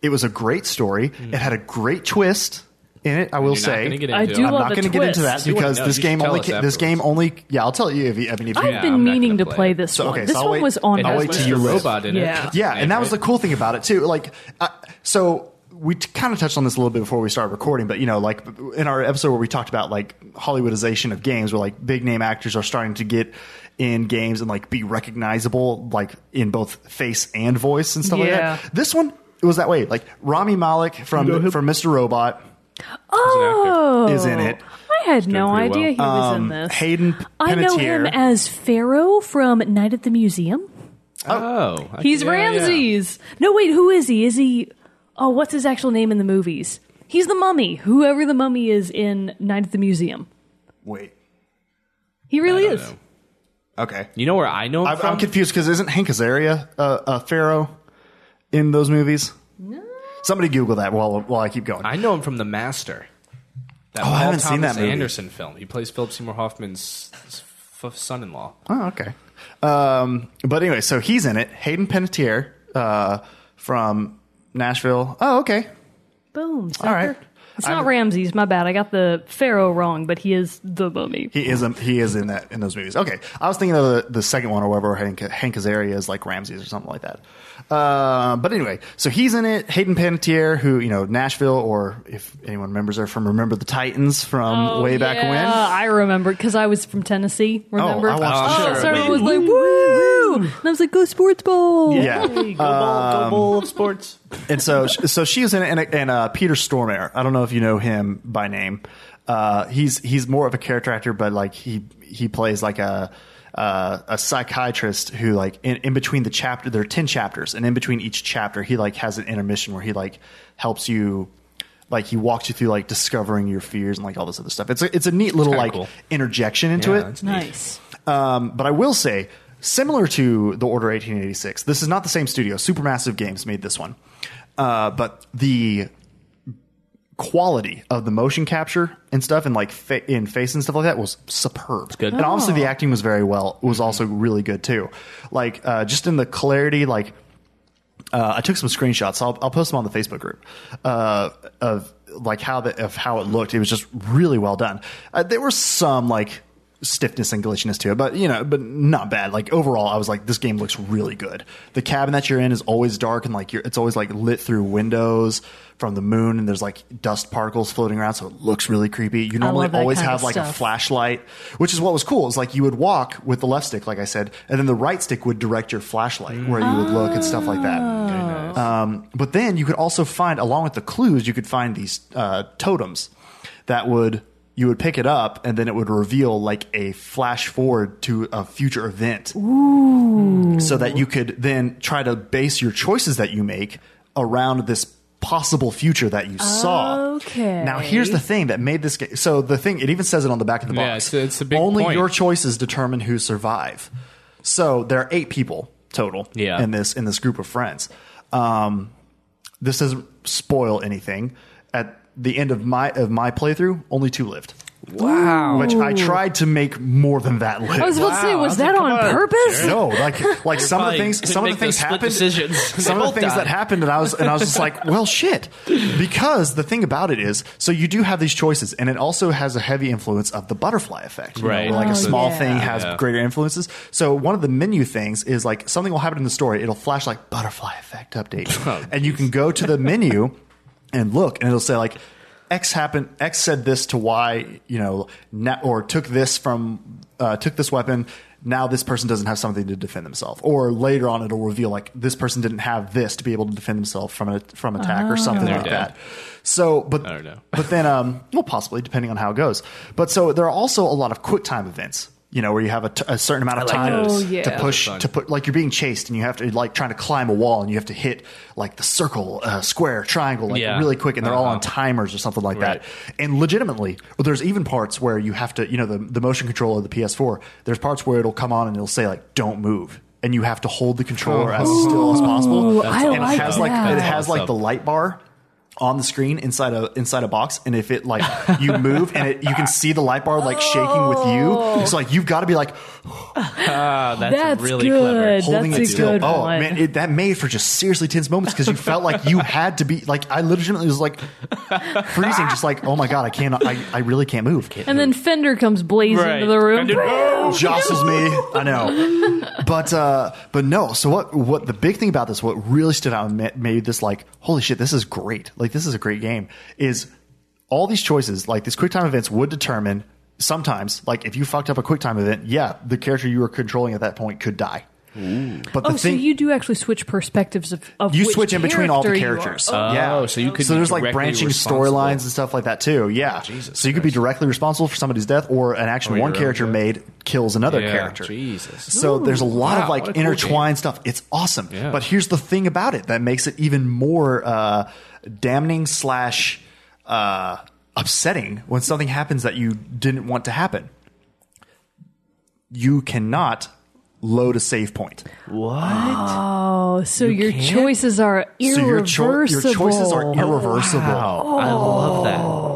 A: it was a great story. It had a great twist in it. I will
C: You're not
A: say.
C: gonna get
B: I
C: into
B: do
C: it.
A: I'm
B: love
A: not
B: the
A: going to get into that
B: twist.
C: You wouldn't
A: because
C: know.
A: this
C: You
A: game
C: should
A: only
C: tell us
A: this game only yeah I'll tell you if you I mean if you
B: I've
C: Yeah,
B: been
C: I'm not
B: meaning to play,
C: gonna play it.
B: this
A: So,
B: one.
A: okay,
B: this
A: so I'll
B: one
A: wait-
B: was on.
C: It
A: I'll
B: my
C: has
A: wait
B: list.
A: till you
C: Mr.
A: live.
C: robot in it.
B: Yeah.
C: That's
A: yeah,
C: his
A: and
C: name,
A: that was the
C: right?
A: cool thing about it too. Like, I, so we t- kind of touched on this a little bit before we started recording, but you know, like in our episode where we talked about like Hollywoodization of games, where like big name actors are starting to get in games and like be recognizable, like in both face and voice and stuff
B: Yeah.
A: like that. This one it was that way. Like Rami Malek from from Mr. Robot
B: Oh,
A: is in it.
B: I had no
C: pretty
B: idea
C: well.
B: he was
A: Um,
B: in this.
A: Hayden P-
B: I know him
A: Panettiere.
B: as Pharaoh from Night at the Museum.
C: Oh, I-
B: He's
C: yeah, yeah.
B: Ramses. No, wait, who is he? Is he? Oh, what's his actual name in the movies? He's the mummy. Whoever the mummy is in Night at the Museum,
A: Wait,
B: he really
C: I
B: is.
C: don't know.
A: okay.
C: You know where I know him
A: I'm,
C: from?
A: I'm confused because isn't Hank Azaria a uh, uh, pharaoh in those movies? No. Somebody Google that while while I keep going.
C: I know him from The Master. That Paul
A: Oh, I haven't
C: Thomas
A: seen that movie.
C: Anderson film. He plays Philip Seymour Hoffman's s- f- son-in-law.
A: Oh, okay. Um, but anyway, so he's in it. Hayden Panettiere uh, from Nashville. Oh, okay.
B: Boom. Sucker.
A: All right.
B: It's
A: I'm-
B: not Ramses. My bad. I got the Pharaoh wrong, but he is the mummy.
A: He is a, he is in that in those movies. Okay, I was thinking of the, the second one or whatever. Hank Hank Azaria is like Ramses or something like that. Uh, but anyway, so he's in it. Hayden Panettiere, who you know Nashville, or if anyone remembers her from Remember the Titans from
C: Oh,
A: way back
B: Oh, yeah,
A: when.
B: I remember because I was from Tennessee. Remember?
A: I watched
B: oh
A: the show.
B: Sarah
C: Woo,
B: was like, woo! And I was like, go sports ball.
A: Yeah.
C: Hey, go
A: Um,
C: ball, go ball sports.
A: and so so she was in it, and, and uh, Peter Stormare. I don't know if you know him by name. Uh, he's he's more of a character actor, but like he he plays like a uh, a psychiatrist who like in, in between the chapter there are ten chapters, and in between each chapter he like has an intermission where he like helps you. Like he walks you through like discovering your fears and like all this other stuff. It's a, it's a neat little
C: kinda
A: like
C: cool.
A: interjection into
C: Yeah,
A: it.
C: that's
B: Nice.
A: Um, but I will say, similar to the Order 1886, this is not the same studio. Supermassive Games made this one, uh, but the quality of the motion capture and stuff, and like fa- in face and stuff like that, was superb.
C: good.
A: And honestly, the
B: Oh.
A: acting was very well. Was also really good too. Like uh, just in the clarity, like uh, I took some screenshots. I'll, I'll post them on the Facebook group uh, of like how the, of how it looked. It was just really well done. Uh, there were some like stiffness and glitchiness to it, but you know, but not bad. Like overall, I was like, this game looks really good. The cabin that you're in is always dark and like you're, it's always like lit through windows from the moon, and there's like dust particles floating around, so it looks really creepy. You normally
B: love that
A: always
B: kind
A: have
B: of
A: like a
B: stuff.
A: flash flashlight, which is what was cool. Is like you would walk with the left stick, like I said, and then the right stick would direct your flashlight where you would look and stuff like that. Um, but then you could also find, along with the clues, you could find these uh, totems that would you would pick it up, and then it would reveal like a flash forward to a future event so that you could then try to base your choices that you make around this possible future that you saw.
B: Okay.
A: Now here's the thing that made this game. So the thing it even says it on the back of the box.
C: Yeah, it's a- it's a big
A: Only
C: point.
A: your choices determine who survive. So there are eight people total
C: Yeah.
A: in this in this group of friends. Um, this doesn't spoil anything. At the end of my of my playthrough, only two lived. Wow. Which I tried to make more than that live.
B: I was about to say,
C: Wow,
B: was
C: I was
B: that
C: like,
B: on
C: come on,
B: purpose?
A: No, like like some of the
C: Probably
A: things
C: couldn't
A: some of the
C: make those
A: things
C: split
A: happened.
C: decisions.
A: Some
C: They
A: of
C: both
A: the things
C: died.
A: that happened, and I was and I was just like, well, shit, because the thing about it is, so you do have these choices, and it also has a heavy influence of the butterfly effect, you know,
C: Right.
A: where, like
B: Oh,
A: a small
B: yeah.
A: thing has
C: Yeah.
A: greater influences. So one of the menu things is like something will happen in the story. It'll flash like butterfly effect update, and you can go to the menu and look, and it'll say like. X happened. X said this to Y, you know, na- or took this from, uh, took this weapon, now this person doesn't have something to defend themselves, or later on it'll reveal like this person didn't have this to be able to defend themselves from a, from attack or something
C: They're
A: like
C: dead.
A: that. So, but
C: I don't know.
A: but then, um, well, possibly depending on how it goes. But so there are also a lot of quick time events. You know, where you have a, t- a certain amount of
C: I like
A: time
B: those. Oh, yeah.
A: to
B: Those are
A: push
C: fun.
A: to put like you're being chased and you have to like trying to climb a wall and you have to hit like the circle, uh, square, triangle, like
C: Yeah.
A: really quick, and they're all
C: Uh-huh.
A: on timers or something like
C: Right.
A: that. And legitimately, well, there's even parts where you have to, you know, the, the motion control of the PS4, there's parts where it'll come on and it'll say, like, don't move. And you have to hold the controller as
C: Oh.
A: still as possible.
B: Ooh, I
A: and
B: like
A: it has like
B: that.
A: it has like the light bar on the screen inside a inside a box and if it like you move and it you can see the light bar like shaking with
B: Oh.
A: you it's like you've got to be like
C: Ah, that's,
B: That's
C: really
B: good.
C: clever.
A: holding
B: That's a
A: it still.
B: good
A: oh
B: one.
A: man, it, that made for just seriously tense moments because you felt like you had to be like I legitimately was like freezing, just like oh my god, I can't, I, I really can't move.
B: And then Fender comes blazing
C: Right.
B: into the room.
C: Fender- Oh,
A: Jostles me, I know, but uh, but no. So what? What the big thing about this? What really stood out and ma- made this like holy shit, this is great. Like this is a great game. Is all these choices like these quick time events would determine sometimes like if you fucked up a quick time event, yeah, the character you were controlling at that point could die. But the
B: Oh,
A: thing
B: so you do actually switch perspectives of, of
A: you
B: which
A: switch in between all the
B: character you are.
A: characters.
B: Oh,
A: yeah,
C: so you could
A: so
C: be
A: there's like
C: directly
A: branching
C: responsible. Oh,
A: storylines and stuff like that too. Yeah,
C: Jesus
A: so you could be
C: Christ. Oh,
A: directly responsible for somebody's death or an action
C: Or your
A: one
C: own
A: character
C: death.
A: made kills another
C: Yeah,
A: character.
C: Jesus.
A: So there's a lot
C: Wow,
A: of
C: what a
A: like
C: cool
A: intertwined stuff. It's awesome.
C: Yeah.
A: But here's the thing about it that makes it even more uh, damning slash uh, upsetting when something happens that you didn't want to happen. You cannot load a save point.
B: Oh, so your
C: can't?
B: choices are
A: So your,
B: irreversible.
A: cho- your choices are irreversible.
C: Wow, I
B: Oh.
C: love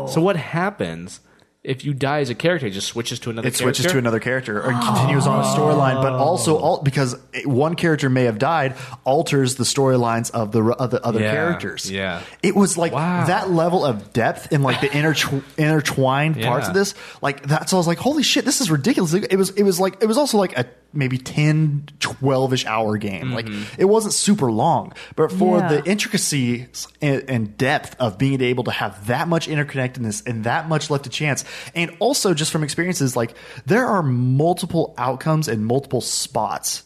C: that. So what happens if you die as a character? It just switches to another.
A: it switches
C: character?
A: to another character or continues on a storyline but also
C: Oh.
A: all, because it- one character may have died alters the storylines of the r- of the other
C: Yeah,
A: characters
C: yeah.
A: it was like
C: Wow.
A: that level of depth and like the intertw- intertwined parts
C: Yeah.
A: of this like that's so i was like holy shit this is ridiculous it was it was like it was also like a maybe 10 12ish hour game
C: Mm-hmm.
A: like it wasn't super long but for
B: Yeah.
A: the intricacy and, and depth of being able to have that much interconnectedness and that much left to chance. And also, just from experiences, like there are multiple outcomes and multiple spots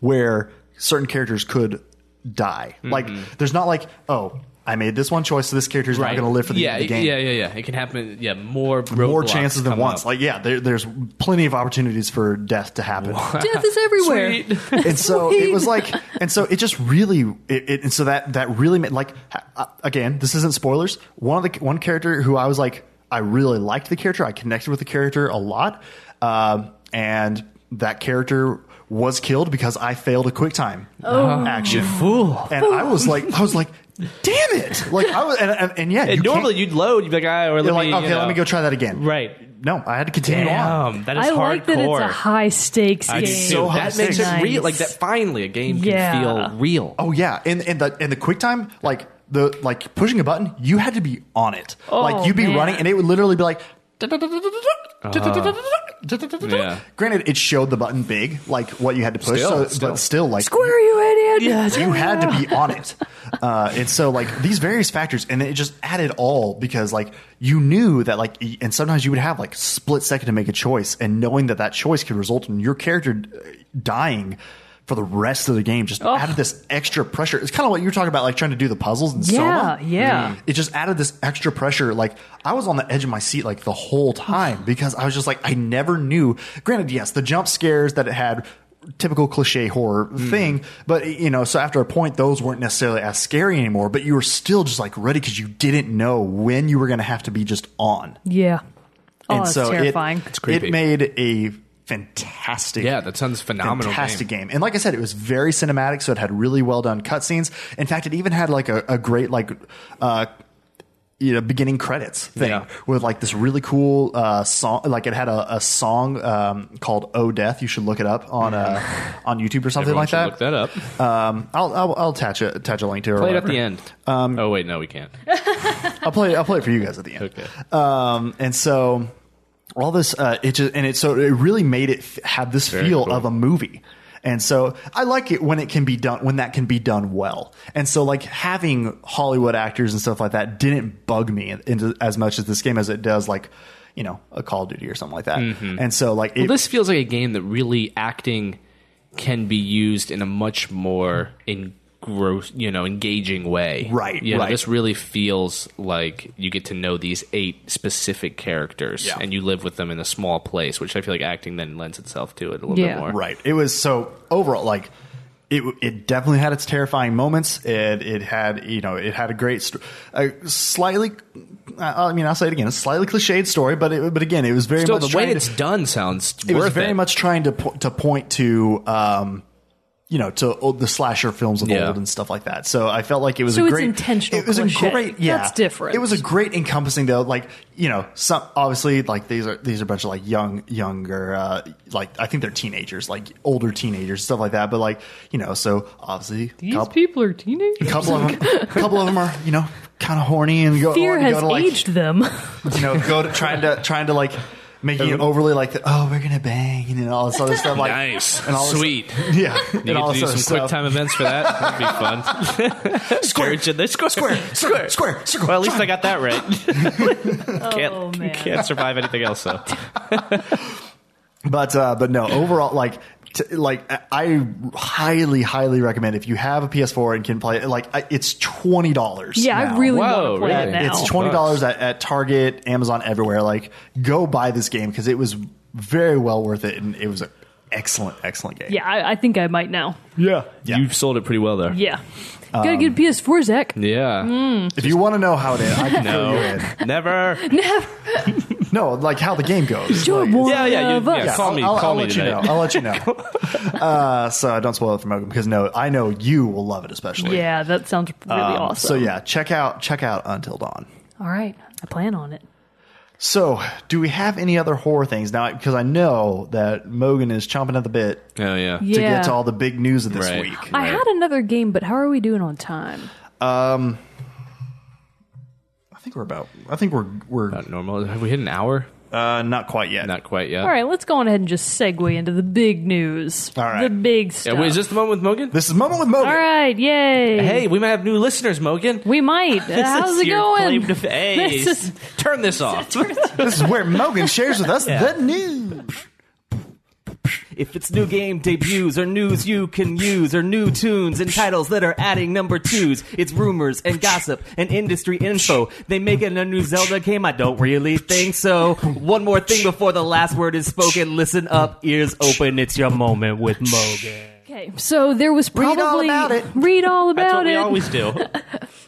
A: where certain characters could die.
C: Mm-hmm.
A: Like, there's not like, oh, I made this one choice, so this character's not
C: Right.
A: going to live for the
C: yeah,
A: end of the game.
C: Yeah, yeah, yeah. It can happen. Yeah, more
A: More
C: roadblocks
A: chances than
C: come
A: once.
C: up.
A: Like, yeah, there, there's plenty of opportunities for death to happen.
B: Death is everywhere.
C: Sweet.
A: and so
B: Sweet.
A: it was like, and so it just really, it, it, and so that that really made like, ha- uh, again, this isn't spoilers. One of the one character who I was like, I really liked the character. I connected with the character a lot, um, and that character was killed because I failed a quick time action.
C: fool.
A: And I was like, I was like, damn it! Like I was, and, and, and yeah, you
C: And
A: can't-
C: normally you'd load. You'd be like, ah, or let
A: you're like,
C: me,
A: okay,
C: you know.
A: let me go try that again.
C: Right.
A: No, I had to continue on.
C: Damn, that is
B: I
C: hardcore.
B: like that it's a high stakes
C: I
B: game.
C: do
A: so
C: too.
A: high
C: that makes
A: stakes.
C: it real. Like
B: Nice.
C: that. Finally, a game
B: Yeah.
C: can feel real.
A: Oh yeah, and and the and the QuickTime like the like pushing a button, you had to be on it. like you'd be
B: Oh, man.
A: running, and it would literally be like. Uh-huh.
C: Yeah.
A: Granted, it showed the button big, like what you had to push,
C: Still,
A: so,
C: still.
A: but still, like
B: Square, you idiot.
A: you had to be on it. Uh, and so, like these various factors, and it just added all because, like, you knew that, like, y- and sometimes you would have like split second to make a choice, and knowing that that choice could result in your character uh, dying for the rest of the game just added this extra pressure. It's kind of what you were talking about, like trying to do the puzzles and
B: Yeah,
A: solo.
B: yeah.
A: Mm. It just added this extra pressure. Like I was on the edge of my seat like the whole time because I was just like I never knew. Granted, yes, the jump scares that it had typical cliche horror
B: Mm.
A: thing, but you know, so after a point those weren't necessarily as scary anymore, but you were still just like ready cuz you didn't know when you were going to have to be just on.
B: Yeah. Oh,
A: and
B: that's
A: so it-
B: terrifying.
A: It,
C: creepy.
A: made a fantastic
C: Yeah, that sounds phenomenal.
A: fantastic
C: game.
A: game. And like I said, it was very cinematic, so it had really well done cutscenes. In fact, it even had like a, a great like uh you know beginning credits thing
C: Yeah.
A: with like this really cool uh song like it had a, a song um called oh death you should look it up on uh on youtube or something
C: Everyone
A: like
C: should
A: that,
C: Look that up.
A: um I'll, I'll i'll attach a attach a link to it or
C: Play it at
A: whatever.
C: the end.
A: Um,
C: oh wait, no, we can't.
A: I'll play. I'll play it for you guys at the end.
C: Okay.
A: Um, and so all this, uh, it just and it so it really made it f- have this feel
C: cool.
A: of a movie. And so I like it when it can be done when that can be done well. And so like having Hollywood actors and stuff like that didn't bug me into, as much as this game as it does like you know a Call of Duty or something like that. And so like it,
C: Well, this feels like a game that really acting can be used in a much more engross, you know, engaging way.
A: Right,
C: You know,
A: right.
C: This really feels like you get to know these eight specific characters,
A: Yeah.
C: and you live with them in a small place, which I feel like acting then lends itself to it a little
B: Yeah.
C: bit more.
A: Right. It was so overall like it it definitely had its terrifying moments. It it had you know it had a great st- a slightly I I mean I'll say it again a slightly cliched story, but it, but again it was very
C: Still,
A: much
C: the way
A: trying
C: it's
A: to,
C: done sounds
A: it
C: worth
A: was very
C: it.
A: much trying to po- to point to. um you know, to old, the slasher films of
C: Yeah.
A: old and stuff like that. So I felt like it was a
B: So it's
A: great
B: intentional
A: It was
B: cliche.
A: a great, yeah,
B: That's different.
A: It was a great encompassing though. Like you know, some obviously like these are these are a bunch of like young younger uh, like I think they're teenagers, like older teenagers, stuff like that. But like you know, so obviously
B: These
A: coup-
B: people are teenagers.
A: couple of them, couple of them are you know kind of horny and go
B: Fear
A: go
B: has
A: to, like,
B: aged them.
A: you know, go to trying to trying to like making it overly like the, oh we're gonna bang and all this other stuff like
C: nice,
A: and all this-
C: sweet.
A: yeah
C: You
A: and
C: get
A: all this
C: to do
A: other
C: some quick
A: stuff.
C: time events for that. That'd be fun.
A: square
C: Urge in there. Square, square,
A: square square circle
C: Well, at least I got that right. can't,
B: Oh, man.
C: can't survive anything else though.
A: But uh, but no, overall, like t- like I- I highly highly recommend if you have a PS4 and can play it. Like I- it's twenty dollars.
B: yeah, I really want
C: Whoa,
B: to play it
C: really?
B: now.
A: It's twenty dollars at, at Target, Amazon, everywhere. Like go buy this game because it was very well worth it, and it was an excellent excellent game.
B: yeah, I, I think I might now.
A: yeah.
C: You've sold it pretty well there.
B: Yeah. Gotta
A: Um,
B: get a PS4, Zach.
C: Yeah.
B: Mm.
A: if you want to know how it is, I can fill you in.
C: No. Never.
A: No, like how the game goes.
B: You're
A: Like,
B: one
C: Yeah, yeah, you-
B: of us.
C: yeah, call
A: I'll-
C: me-
A: I'll,
C: call
A: I'll
C: me
A: let you
C: today.
A: know. I'll let you know. uh, so don't spoil it for Mogan because no, I know you will love it especially.
B: Yeah, that sounds really
A: Um,
B: awesome.
A: So yeah, check out check out Until Dawn.
B: All right, I plan on it.
A: So, do we have any other horror things now? Because I know that Mogan is chomping at the bit
C: Oh yeah.
A: to
B: Yeah.
A: get to all the big news of this
C: Right.
A: week.
B: I had another game, but how are we doing on time?
A: I think we're about. I think we're we're
C: Not normal. Have we hit an hour?
A: uh, not quite yet.
C: Not quite yet.
B: All right, let's go on ahead and just segue into the big news.
A: All right.
B: The big
C: Yeah,
B: stuff.
C: wait, is this the moment with Mogan?
A: This is moment with Mogan.
B: All right, yay.
C: Hey, we might have new listeners, Mogan.
B: We might. Uh,
C: This
B: How's
C: is
B: it
C: your
B: going?
C: claim to fa- Hey,
B: This is-
C: turn this off.
A: This is where Mogan shares with us
D: Yeah.
A: the news.
D: If it's new game debuts or news you can use or new tunes and titles that are adding number twos, it's rumors and gossip and industry info. They make it a new Zelda game? I don't really think so. One more thing before the last word is spoken. Listen up, ears open. It's your moment with Mogan.
B: Okay, so there was
A: Read all
B: probably
A: about it.
B: Read all
C: That's
B: about
C: what we
B: it.
C: always do.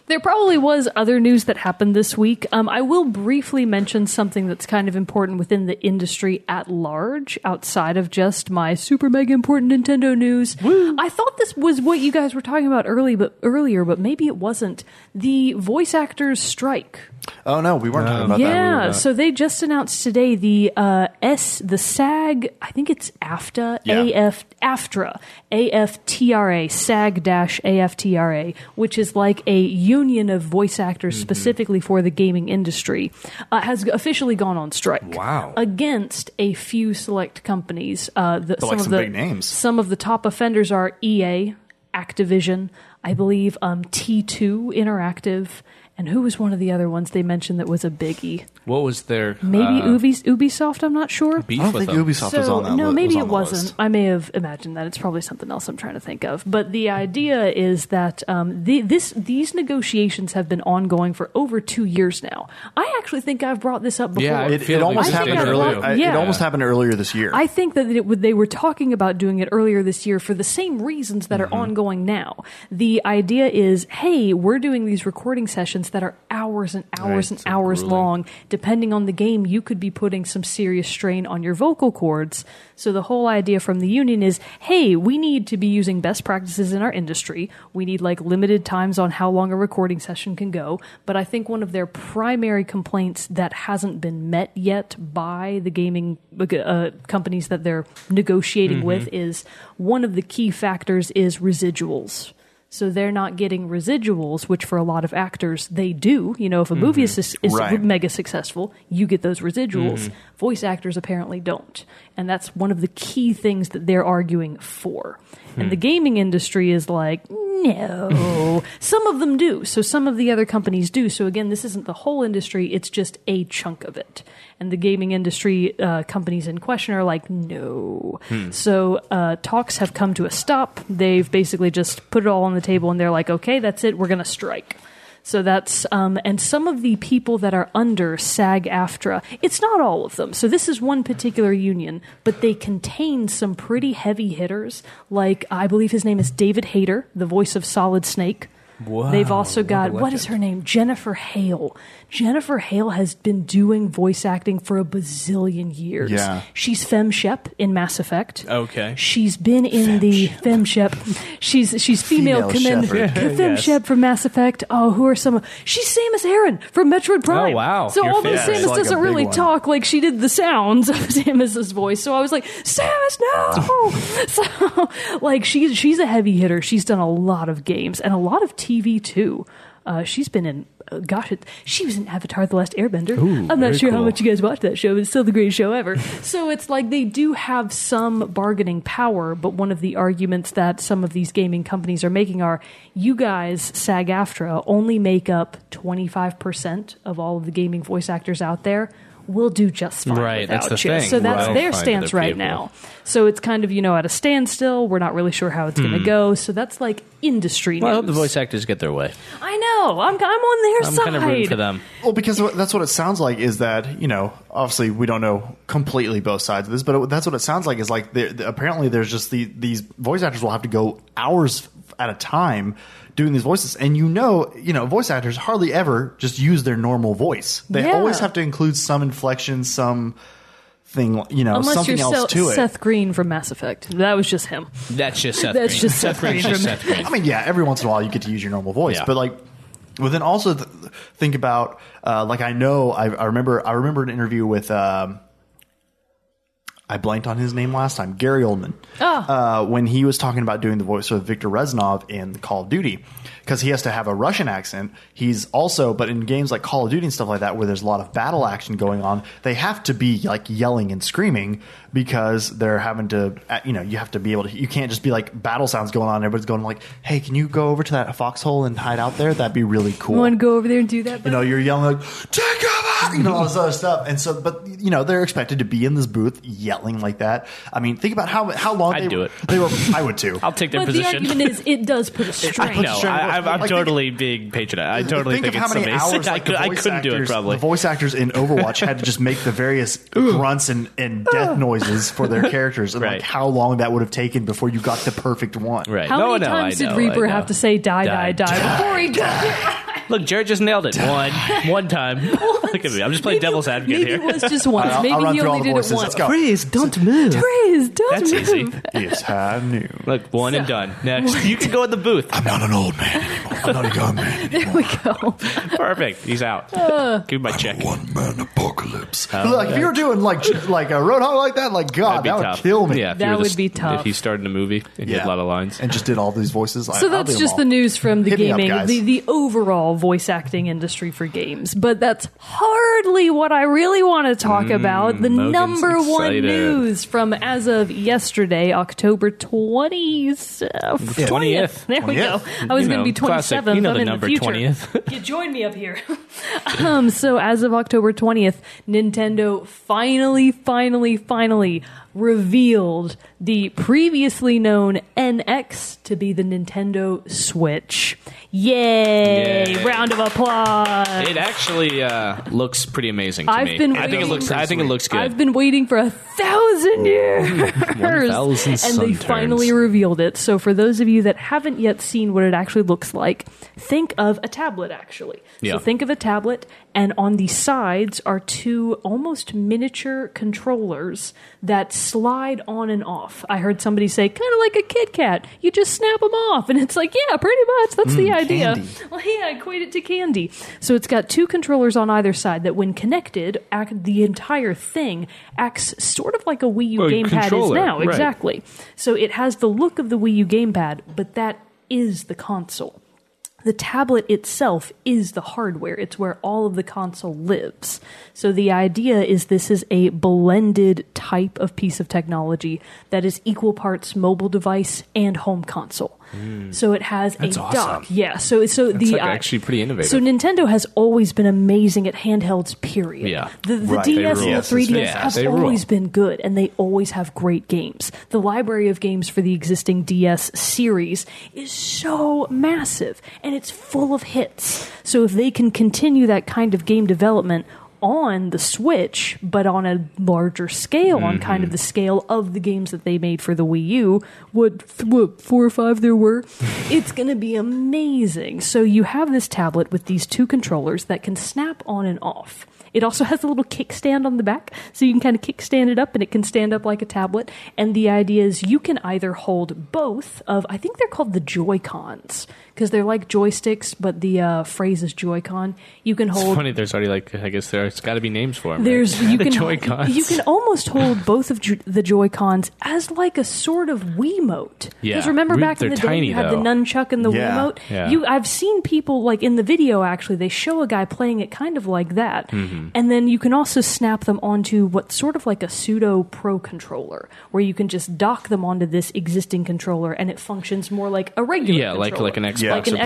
B: There probably was other news that happened this week. Um, I will briefly mention something that's kind of important within the industry at large, outside of just my super mega important Nintendo news. I thought this was what you guys were talking about early, but earlier, but maybe it wasn't. The voice actors strike.
A: Oh no, we weren't talking about that.
B: yeah, so they just announced today the uh, S, the SAG. I think it's AFTA,
A: Yeah.
B: AF, AFTRA, AFTRA, SAG dash AFTRA, which is like a union of voice actors
A: Mm-hmm.
B: specifically for the gaming industry, uh, has officially gone on strike.
C: Wow.
B: Against a few select companies, uh, the, some
A: like
B: of
A: some
B: the
A: big names.
B: Some of the top offenders are EA, Activision, I believe um, T2 Interactive, and who was one of the other ones they mentioned that was a biggie?
C: What was their
B: Maybe
C: uh,
B: Ubis, Ubisoft. I'm not sure.
C: beef
A: I don't
C: with
A: think
C: them?
A: Ubisoft was
B: So,
A: on that.
B: no,
A: li-
B: maybe
A: was on
B: it
A: the
B: wasn't.
A: list.
B: I may have imagined that. It's probably something else I'm trying to think of. But the idea is that um, the, this these negotiations have been ongoing for over two years now. I actually think I've brought this up before.
C: Yeah, I
A: It,
C: feel
A: it
C: like
A: almost
B: we
A: happened
B: did
A: earlier.
B: earlier.
A: I- It
B: Yeah.
A: almost happened earlier this year.
B: I think that it, would- they were talking about doing it earlier this year for the same reasons that are
C: Mm-hmm.
B: ongoing now. The idea is, hey, we're doing these recording sessions that are hours and hours
C: Right,
B: and
C: so
B: hours
C: grueling.
B: long. Depending on the game, you could be putting some serious strain on your vocal cords. So the whole idea from the union is, hey, we need to be using best practices in our industry. We need like limited times on how long a recording session can go. But I think one of their primary complaints that hasn't been met yet by the gaming uh, companies that they're negotiating with is one of the key factors is residuals. So they're not getting residuals, which for a lot of actors they do. You know, if a movie is, is is
A: Right.
B: mega successful, you get those residuals. Voice actors apparently don't. And that's one of the key things that they're arguing for And the gaming industry is like, no. some of them do. So some of the other companies do. So again, this isn't the whole industry, it's just a chunk of it. And the gaming industry uh, companies in question are like, no. So uh, talks have come to a stop. They've basically just put it all on the table and they're like, okay, that's it. We're going to strike. So that's um, and some of the people that are under SAG-AFTRA. It's not all of them. So this is one particular union, but they contain some pretty heavy hitters. Like I believe his name is David Hayter, the voice of Solid Snake. They've also got what is her name? Jennifer Hale. Jennifer Hale has been doing voice acting for a bazillion years.
A: Yeah.
B: She's Fem Shep in Mass Effect.
C: Okay.
B: She's been in the Fem Shep. She's she's female,
A: Female
B: command
A: shepherd.
B: Fem Shep from Mass Effect. Oh, who are some? of- She's Samus Aran from Metroid Prime.
C: Oh, wow.
B: So
C: You're
B: although
C: fast.
B: Samus
A: It's like a
B: doesn't
A: big
B: really
A: one.
B: talk like she did the sounds of Samus's voice, so I was like, Samus, no. so like she's she's a heavy hitter. She's done a lot of games and a lot of TV too. Uh, she's been in, uh, gosh, it, she was in Avatar: The Last Airbender. I'm not
C: very
B: sure how
C: cool.
B: much you guys watch that show. It's still the greatest show ever. so it's like they do have some bargaining power, but one of the arguments that some of these gaming companies are making are you guys, SAG AFTRA, only make up 25% of all of the gaming voice actors out there. We'll do just fine.
C: Right,
B: without
C: that's the
B: you.
C: thing.
B: So that's
C: We'll
B: their
C: find
B: stance
C: other
B: right
C: people.
B: now. So it's kind of, you know, at a standstill. We're not really sure how it's going to go. So that's like industry
C: Hmm. Well, I hope the
B: news.
C: voice actors get their way.
B: I know. I'm, I'm on their
C: I'm
B: side.
C: kind of rooting for them.
A: Well, because what- that's what it sounds like is that you know, obviously we don't know completely both sides of this, but it, that's what it sounds like is like there there- apparently there's just the, these voice actors will have to go hours at a time doing these voices, and you know, you know, voice actors hardly ever just use their normal voice. They
B: Yeah.
A: always have to include some inflection, some thing, you know,
B: Unless
A: something
B: you're
A: else
B: Se-
A: to it.
B: Seth Green from Mass Effect. That was just him.
C: That's just Seth.
B: That's
C: Green.
B: just Seth
C: Seth Green's
B: Green
C: just
B: from-
C: Seth Green.
A: I mean, yeah, every once in a while you get to use your normal voice,
C: Yeah.
A: but like, well, then also th- think about uh, like I know I, I remember I remember an interview with um, I blanked on his name last time, Gary Oldman, uh, when he was talking about doing the voice of Victor Reznov in Call of Duty because he has to have a Russian accent. He's also, but in games like Call of Duty and stuff like that, where there's a lot of battle action going on, they have to be like yelling and screaming because they're having to, uh, you know, you have to be able to, you can't just be like battle sounds going on. and Everybody's going like, hey, can you go over to that foxhole and hide out there? That'd be really cool
B: You want to go over there and do that?
A: you know, you're yelling like Jacob, you know, all this other stuff, and so, but you know, they're expected to be in this booth yelling like that. I mean, think about how how long
C: I'd
A: they,
C: do it.
A: They were, I would too.
C: I'll take their
B: but the
C: position.
B: argument is it does put a strain.
C: no,
A: Sure,
C: I, I'm, I'm
A: like,
C: totally being patronized. I totally think,
A: of
C: it's
A: how many
C: amazing.
A: hours
C: I,
A: like,
C: could,
A: the
C: I
A: voice
C: couldn't do it
A: actors-
C: probably.
A: The voice actors in Overwatch had to just make the various grunts and, and death noises for their characters, and like
C: Right.
A: how long that would have taken before you got the perfect one.
C: Right.
B: How
C: no,
B: many
C: no, I
B: times
C: know,
B: did Reaper
C: I know.
B: have to say die, die, die,
C: Die,
B: before he got it?
C: Look, Jared just nailed it. One, one time. Look at me. I'm just playing
B: Maybe-
C: devil's advocate
B: maybe
C: here.
B: it was just once.
A: I'll- I'll
B: maybe
A: run
B: he
A: through all
B: only
A: the
B: did it
A: voices.
B: once.
A: Let's go. Praise,
B: don't move. Praise, don't
C: That's
B: move.
C: easy.
A: It's high noon.
C: Look, one and done. Next, you can go in the booth.
A: I'm not an old man anymore. I'm not a young man anymore.
B: There we go. Uh.
C: Perfect. He's out. Give me my check.
A: One man apocalypse. like if you were doing like like a roadhog like that, like God,
C: That'd be
A: that would
C: tough.
A: kill me.
C: Yeah, if
B: That
C: you were the
B: would
C: s-
B: be tough.
C: If he started a movie and he had a lot of lines.
A: and just did all these voices. I-
B: So
A: I'll do
B: that's
A: them
B: just
A: all.
B: the news from the
A: Hit me up,
B: gaming,
A: guys.
B: the, the overall voice acting industry for games. But that's hardly what I really want to talk about. The
C: Logan's
B: number one
C: Mm, excited.
B: news from as of yesterday, October 20th.
C: 20th.
B: There we go.
A: 20th.
B: I was
C: You
B: going to be
C: know, classic.
B: 27th.
C: You know
B: I'm
C: the
B: in
C: number
B: the future.
C: 20th.
B: you join me up here. um, so as of October 20th, Nintendo finally, finally, finally revealed the previously known NX to be the Nintendo Switch. Yay!
C: Yay.
B: Round of applause.
C: It actually uh, looks pretty amazing to
B: I've
C: me.
B: been
C: I think it
B: waiting-
C: looks. I think it looks good.
B: I've been waiting for a thousand years,
C: thousand
B: and they
C: sun
B: finally
C: turns.
B: revealed it. So, for those of you that haven't yet seen what it actually looks like, think of a tablet. Actually,
C: Yeah.
B: so think of a tablet, and on the sides are two almost miniature controllers that slide on and off. I heard somebody say, kind of like a Kit Kat. You just snap them off, and it's like, yeah, pretty much. That's the idea.
A: candy.
B: Well, yeah, I equate it to candy. So it's got two controllers on either side that, when connected, act, the entire thing acts sort of like a Wii U
C: Well,
B: gamepad is
C: controller,
B: now.
C: right.
B: Exactly. So it has the look of the Wii U gamepad, but that is the console. the tablet itself is the hardware. It's where all of the console lives. So the idea is this is a blended type of piece of technology that is equal parts mobile device and home console. So it has
C: Hmm. That's
B: a
C: awesome.
B: dock. Yeah. So so
C: It's
B: the
C: like
B: uh,
C: actually pretty innovative.
B: so Nintendo has always been amazing at handhelds. Period.
C: Yeah.
B: The, the
A: Right.
B: DS
A: They
B: and
A: rule.
B: the 3DS
C: Yeah,
B: have
C: they rule.
B: always been good, and they always have great games. The library of games for the existing DS series is so massive, and it's full of hits. So if they can continue that kind of game development. On the Switch, but on a larger scale, on
C: Mm-hmm.
B: kind of the scale of the games that they made for the Wii U, what, th- what four or five there were, it's going to be amazing. So you have this tablet with these two controllers that can snap on and off. It also has a little kickstand on the back, so you can kind of kickstand it up and it can stand up like a tablet. And the idea is you can either hold both of, I think they're called the Joy Cons, because they're like joysticks, but the uh, phrase is Joy Con. You can
C: It's
B: hold.
C: funny. There's already like I guess there's got to be names for them.
B: There's
C: right?
B: you
C: The
B: can
C: Joy-Cons.
B: you can almost hold both of ju- the Joy Cons as like a sort of Wiimote.
C: Yeah.
B: Because remember
C: Re-
B: back in
C: they're
B: the day,
C: tiny,
B: you had
C: though.
B: the nunchuck and the
A: Yeah.
B: Wiimote.
C: Yeah.
B: You, I've seen people like in the video actually. They show a guy playing it kind of like that,
C: Mm-hmm.
B: and then you can also snap them onto what's sort of like a pseudo pro controller, where you can just dock them onto this existing controller, and it functions more like a regular
C: Yeah, like-
B: controller.
C: like an Xbox
B: like an
C: or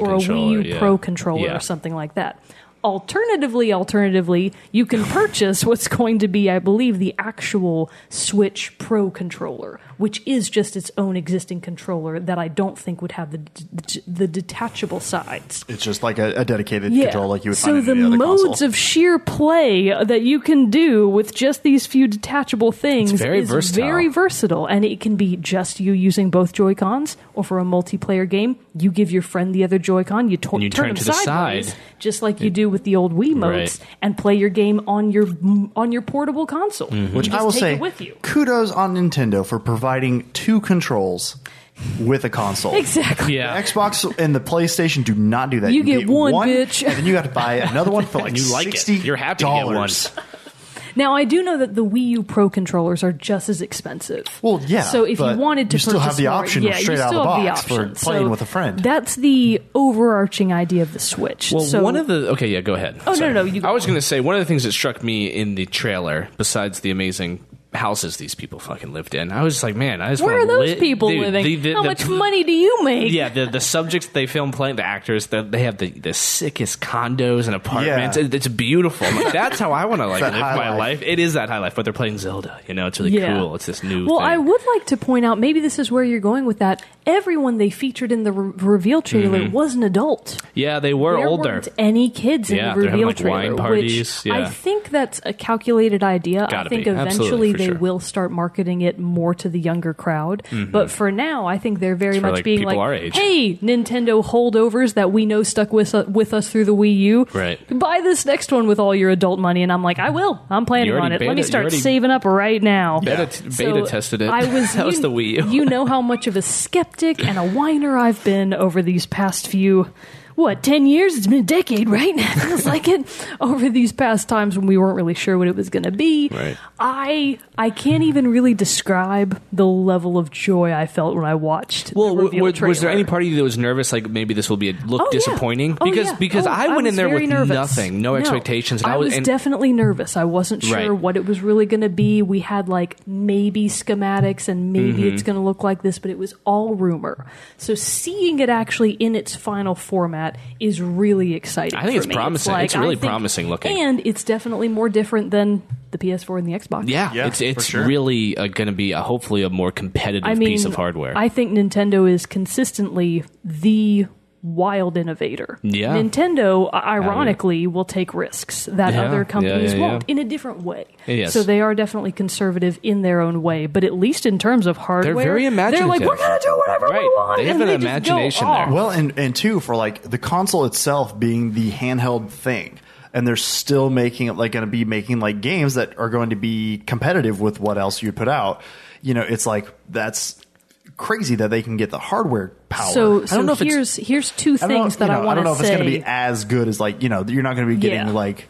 B: Xbox or a Wii
C: controller,
B: U
C: yeah.
B: Pro controller
C: Yeah.
B: or something like that. Alternatively, alternatively, you can purchase what's going to be, I believe, the actual Switch Pro controller, which is just its own existing controller that I don't think would have the the, the detachable sides.
A: It's just like a, a dedicated control, like you would
B: so
A: find
B: the
A: in any other
B: modes
A: console.
B: of sheer play that you can do with just these few detachable things
C: It's very
B: is
C: versatile.
B: very versatile, and it can be just you using both Joy Cons, or for a multiplayer game, you give your friend the other Joy Con, you, to-
C: And you turn
B: turn,
C: to
B: them
C: the
B: sideways,
C: side.
B: just like you do with the old Wii modes,
C: Right.
B: and play your game on your on your portable console.
C: Mm-hmm.
A: Which I will
B: take
A: say,
B: it with you.
A: kudos on Nintendo for providing two controls with a console.
B: Exactly.
C: yeah.
A: Xbox and the PlayStation do not do that.
B: You get one, bitch.
A: and then you got to buy another one for like
C: You like it.
A: sixty.
C: You're happy to get one.
A: dollars.
B: Now I do know that the Wii U Pro controllers are just as expensive.
A: Well, yeah,
B: So if
A: but
B: you wanted to,
A: you still have
B: purchase
A: the
B: more-
A: option of
B: yeah, you
A: straight out of
B: still
A: the
B: have
A: box for
B: option.
A: playing
B: So
A: with a friend.
B: That's the overarching idea of the Switch.
C: Well,
B: so
C: one of the okay, yeah, go ahead.
B: Oh, no, no, you go.
C: I was going to say one of the things that struck me in the trailer, besides the amazing houses these people fucking lived in, I was just like, man, I just
B: where are
C: wanna
B: those
C: li-
B: people
C: dude,
B: living?
C: the- the-
B: How
C: the-
B: much money do you make?
C: Yeah, the the subjects they film playing the actors, they they have the, the sickest condos and apartments.
A: Yeah.
C: It- It's beautiful. I'm like, that's how I want to like
A: that
C: live
A: high
C: my
A: life.
C: life. It is that high life, but they're playing Zelda. You know, it's really
B: Yeah.
C: cool. It's this new.
B: Well,
C: thing.
B: I would like to point out maybe this is where you're going with that. Everyone they featured in the re- reveal trailer
C: Mm-hmm.
B: was an adult.
C: Yeah, they were
B: there
C: older.
B: weren't any kids
C: Yeah,
B: in
C: they're
B: the
C: having,
B: reveal
C: like,
B: trailer,
C: wine parties,
B: which
C: yeah.
B: I think that's a calculated idea.
C: Gotta
B: I think
C: be. Absolutely,
B: eventually
C: for
B: they
C: sure. Mm-hmm.
B: will start marketing it more to the younger crowd, but for now, I think they're very
C: It's for,
B: much
C: like,
B: being
C: people
B: like,
C: our age.
B: "Hey, Nintendo holdovers that we know stuck with us, with us through the Wii U,
C: Right.
B: buy this next one with all your adult money." And I'm like, "I will. I'm planning
C: already
B: on it. Let
C: beta-
B: me
C: you
B: start
C: already-
B: saving up right now."
C: Beta, t-
B: So
C: beta tested it.
B: I was,
C: that was
B: you,
C: the Wii U.
B: you know how much of a skeptic and a whiner I've been over these past few, what, 10 years? It's been a decade, right? Feels like it. Over these past times when we weren't really sure what it was going to be.
C: Right.
B: I, I can't even really describe the level of joy I felt when I watched
C: Well,
B: the
C: w-
B: reveal
C: w- was there
B: trailer.
C: any part of you that was nervous? Like maybe this will be a look
B: Oh, yeah.
C: disappointing
B: Oh,
C: because
B: yeah.
C: because
B: Oh,
C: I went in
B: was
C: there
B: very
C: with
B: nervous.
C: nothing, no, expectations. And
B: I was
C: and,
B: definitely nervous. I wasn't sure
C: Right.
B: what it was really going to be. We had like maybe schematics and maybe it's
C: Mm-hmm.
B: going to look like this, but it was all rumor. So seeing it actually in its final format is really exciting.
C: I think
B: for
C: it's
B: me.
C: promising.
B: like,
C: It's really
B: I think-
C: promising looking.
B: and it's definitely more different than the PS4 and the Xbox.
C: yeah,
A: Yeah,
C: it's
A: for
C: it's
A: sure.
C: really uh, going to be a, hopefully a more competitive
B: I mean,
C: piece of hardware.
B: I think Nintendo is consistently the wild innovator.
C: Yeah.
B: Nintendo, i- ironically, will take risks that
C: Yeah, yeah,
B: other companies
C: yeah, yeah.
B: won't in a different way.
C: Yes.
B: So they are definitely conservative in their own way, but at least in terms of hardware,
C: very
B: They're like,
C: imaginative.
B: we're gonna do whatever
C: Right.
B: we want.
C: They have
B: and
C: an
B: just go
C: imagination
B: off.
C: there.
A: Well, and and two for like the console itself being the handheld thing, and they're still making like going to be making like games that are going to be competitive with what else you'd put out. You know, it's like that's crazy that they can get the hardware power.
B: So, so
C: don't know if it's-
B: here's here's two
A: I don't know,
B: things
A: you
B: that
A: know,
B: I want
A: don't know
B: to
A: if
B: say.
A: it's going to be as good as like you know you're not going to be getting
B: Yeah.
A: like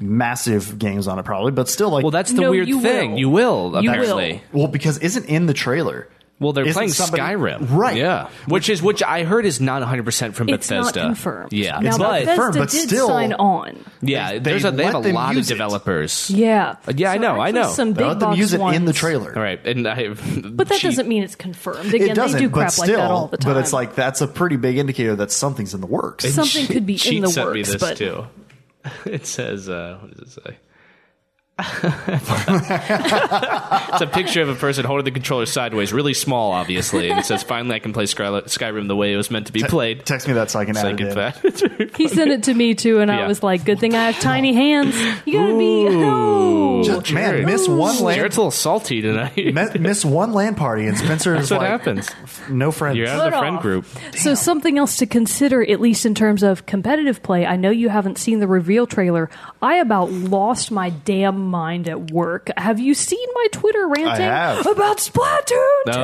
A: massive games on it probably, but still like
C: well, that's the
B: No,
C: weird
B: you
C: thing.
B: will.
C: You will
B: You
C: apparently.
A: Well, because isn't in the trailer
C: Well, they're
A: Isn't
C: playing
A: somebody-
C: Skyrim,
A: Right.
C: Yeah, which is which I heard is not 100 percent from
B: It's
C: Bethesda.
B: not confirmed.
C: Yeah,
B: now,
A: not
C: but
B: Bethesda
A: confirmed, but
B: did
A: still-
B: sign on.
C: yeah,
A: They-
C: there's a, they
A: let
C: have a
A: them
C: lot of
A: use it.
C: developers.
B: Yeah,
C: Uh, Yeah, I
B: So
C: know, I
B: actually
C: know.
B: Some
A: They
B: big
A: let them
B: box
A: use it in the
B: ones-
A: trailer.
C: All right, and I.
B: But that doesn't mean it's confirmed. Again,
A: It doesn't,
B: they do crap
A: but still,
B: like that all the time.
A: but it's like that's a pretty big indicator that something's in the works.
B: something could be
C: Cheat
B: in the
C: sent
B: works,
C: me this
B: but
C: too. It says, uh, what does it say? it's a picture of a person holding the controller sideways, really small, obviously, and it says, "Finally, I can play Skyla- Skyrim the way it was meant to be played."
A: Text me that so I can
C: So I
A: add
C: can
A: it. in.
C: fa- it's very
B: he sent it to me too, and
C: Yeah.
B: I was like, "Good thing I have tiny hands. You gotta be oh.
A: Just- man,
C: Jared.
A: miss one land,
C: Jared's a little salty tonight.
A: me- miss one land party, and Spencer
C: That's
A: is
C: what
A: like,
C: happens.
A: no friends.
C: You're out of the
B: Cut
C: friend
B: off.
C: group.
B: So something else to consider, at least in terms of competitive play. I know you haven't seen the reveal trailer. I about lost my damn mind at work. Have you seen my Twitter ranting
A: have.
B: about Splatoon? 2?
C: No,
A: Some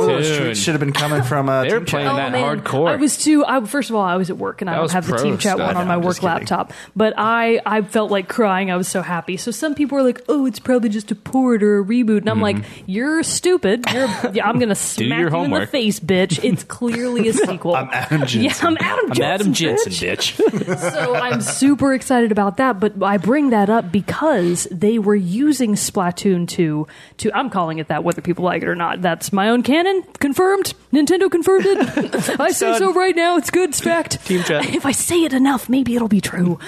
A: of those
C: Splatoon.
A: tweets should have been coming from. Uh,
C: They were
A: Team
C: playing
A: Chat.
C: that hardcore.
B: Oh, I was too. I, first of all, I was at work and I
C: That
B: don't
C: was
B: have the
C: pro
B: team chat
C: stuff.
B: one
A: I
B: on
A: know,
B: my
A: I'm
B: work
A: just kidding.
B: laptop. But I, I felt like crying. I was so happy. So some people are like, "Oh, it's probably just a port or a reboot," and I'm like, "You're stupid. You're. yeah, I'm gonna smack
C: your
B: you in the
C: homework.
B: face, bitch. It's clearly a sequel."
A: I'm Adam Jensen.
B: Yeah, I'm Adam Jensen.
C: Madam Jensen,
B: bitch
C: bitch.
B: so I'm super excited about that, but I bring that up because they were using Splatoon 2 to I'm calling it that whether people like it or not. That's my own canon. Confirmed. Nintendo confirmed it. I say
C: Done.
B: so right now. It's good. It's fact.
C: Team chat.
B: If I say it enough, maybe it'll be true.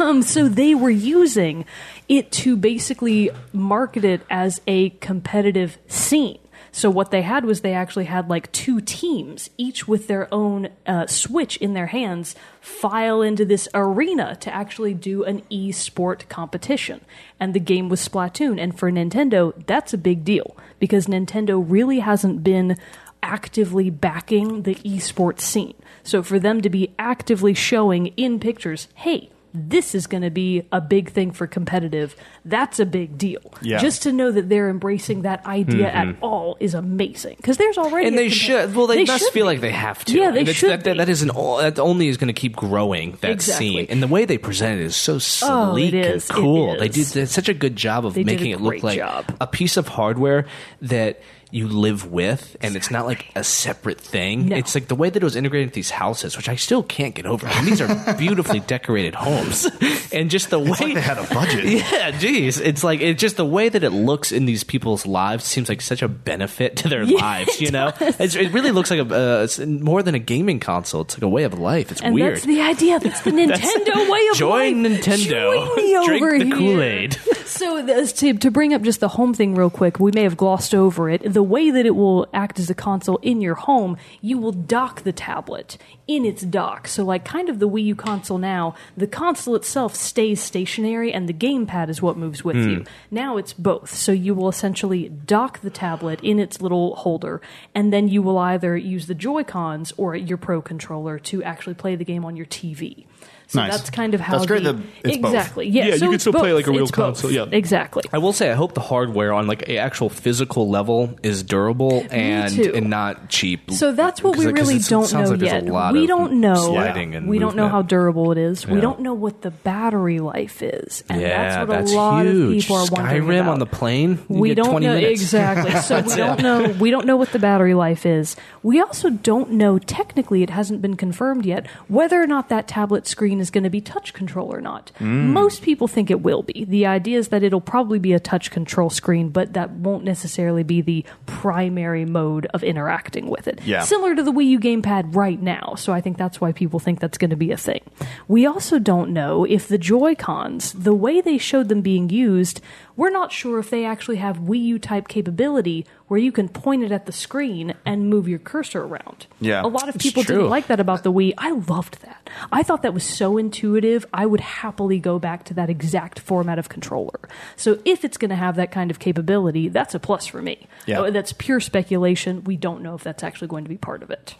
B: Um, so they were using it to basically market it as a competitive scene. So what they had was they actually had like two teams, each with their own uh, switch in their hands, file into this arena to actually do an e-sport competition. And the game was Splatoon, and for Nintendo, that's a big deal because Nintendo really hasn't been actively backing the esports scene. So for them to be actively showing in pictures, hey, this is going to be a big thing for competitive. That's a big deal.
A: Yeah.
B: Just to know that they're embracing that idea at
C: Mm-hmm.
B: all is amazing because there's already
C: and
B: a
C: they
B: compet-
C: should. Well, they, must
B: should
C: feel
B: be.
C: like they have to.
B: Yeah, they
C: And it's-
B: should
C: That, that,
B: be.
C: that isn't all. That only is going to keep growing. That
B: Exactly.
C: scene and the way they present it is so
B: Oh, it
C: sleek
B: is. It
C: and cool. They did
B: is.
C: did such a good job of
B: They did a
C: making it look
B: great
C: like
B: job.
C: a piece of hardware that you live with, and it's not like a separate thing.
B: No.
C: It's like the way that it was integrated into these houses, which I still can't get over. And these are beautifully decorated homes, and just the way
A: They had a budget.
C: yeah, geez. It's like it's just the way that it looks in these people's lives seems like such a benefit to their
B: Yeah,
C: lives.
B: it
C: You know, it's, it really looks like a uh, it's more than a gaming console. It's like a way of life. It's
B: And
C: weird.
B: that's the idea. That's the Nintendo way of
C: Join
B: life.
C: Nintendo.
B: Join me
C: Drink
B: over
C: the
B: here.
C: Kool-Aid.
B: so th- to, to bring up just the home thing real quick, we may have glossed over it. The way that it will act as a console in your home, you will dock the tablet in its dock. So like kind of the Wii U console now, the console itself stays stationary and the gamepad is what moves with
A: Hmm.
B: you. Now it's both. So you will essentially dock the tablet in its little holder and then you will either use the Joy-Cons or your Pro controller to actually play the game on your TV. So
A: Nice.
B: that's kind of how
A: That's great
B: the,
A: that it's both.
B: exactly. Yeah, so
C: Yeah, you can
B: it's
C: still play
B: both.
C: like a real
B: It's both.
C: console, yeah.
B: exactly.
C: I will say, I hope the hardware on like a actual physical level is durable and
B: too.
C: and not cheap.
B: So that's what we
C: 'Cause it- 'cause
B: really
C: it's- it
B: don't
C: sounds
B: know
C: like there's a
B: yet.
C: lot
B: We
C: of
B: don't know.
C: sliding and
B: we don't know
C: movement.
B: how durable it is. We
C: Yeah.
B: don't know what the battery life is, and
C: yeah,
B: that's what
C: that's
B: a lot
C: huge.
B: of people are wondering
C: Skyrim
B: about.
C: on the plane. You
B: we
C: get
B: don't
C: 20
B: know
C: minutes.
B: exactly. So we don't know. We don't know what the battery life is. We also don't know. Technically, it hasn't been confirmed yet whether or not that tablet screen is going to be touch control or not.
C: Mm.
B: Most people think it will be. The idea is that it'll probably be a touch control screen, but that won't necessarily be the primary mode of interacting with it.
A: Yeah.
B: Similar to the Wii U gamepad right now. So I think that's why people think that's going to be a thing. We also don't know if the Joy Cons, the way they showed them being used, we're not sure if they actually have Wii U type capability where you can point it at the screen and move your cursor around.
A: Yeah.
B: A lot of
C: It's
B: people
C: true.
B: didn't like that about the Wii. I loved that. I thought that was so intuitive. I would happily go back to that exact format of controller. So if it's going to have that kind of capability, that's a plus for me. Oh,
A: Yeah.
B: Uh, That's pure speculation. We don't know if that's actually going to be part of it.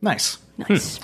A: Nice.
C: Hmm.
B: Nice.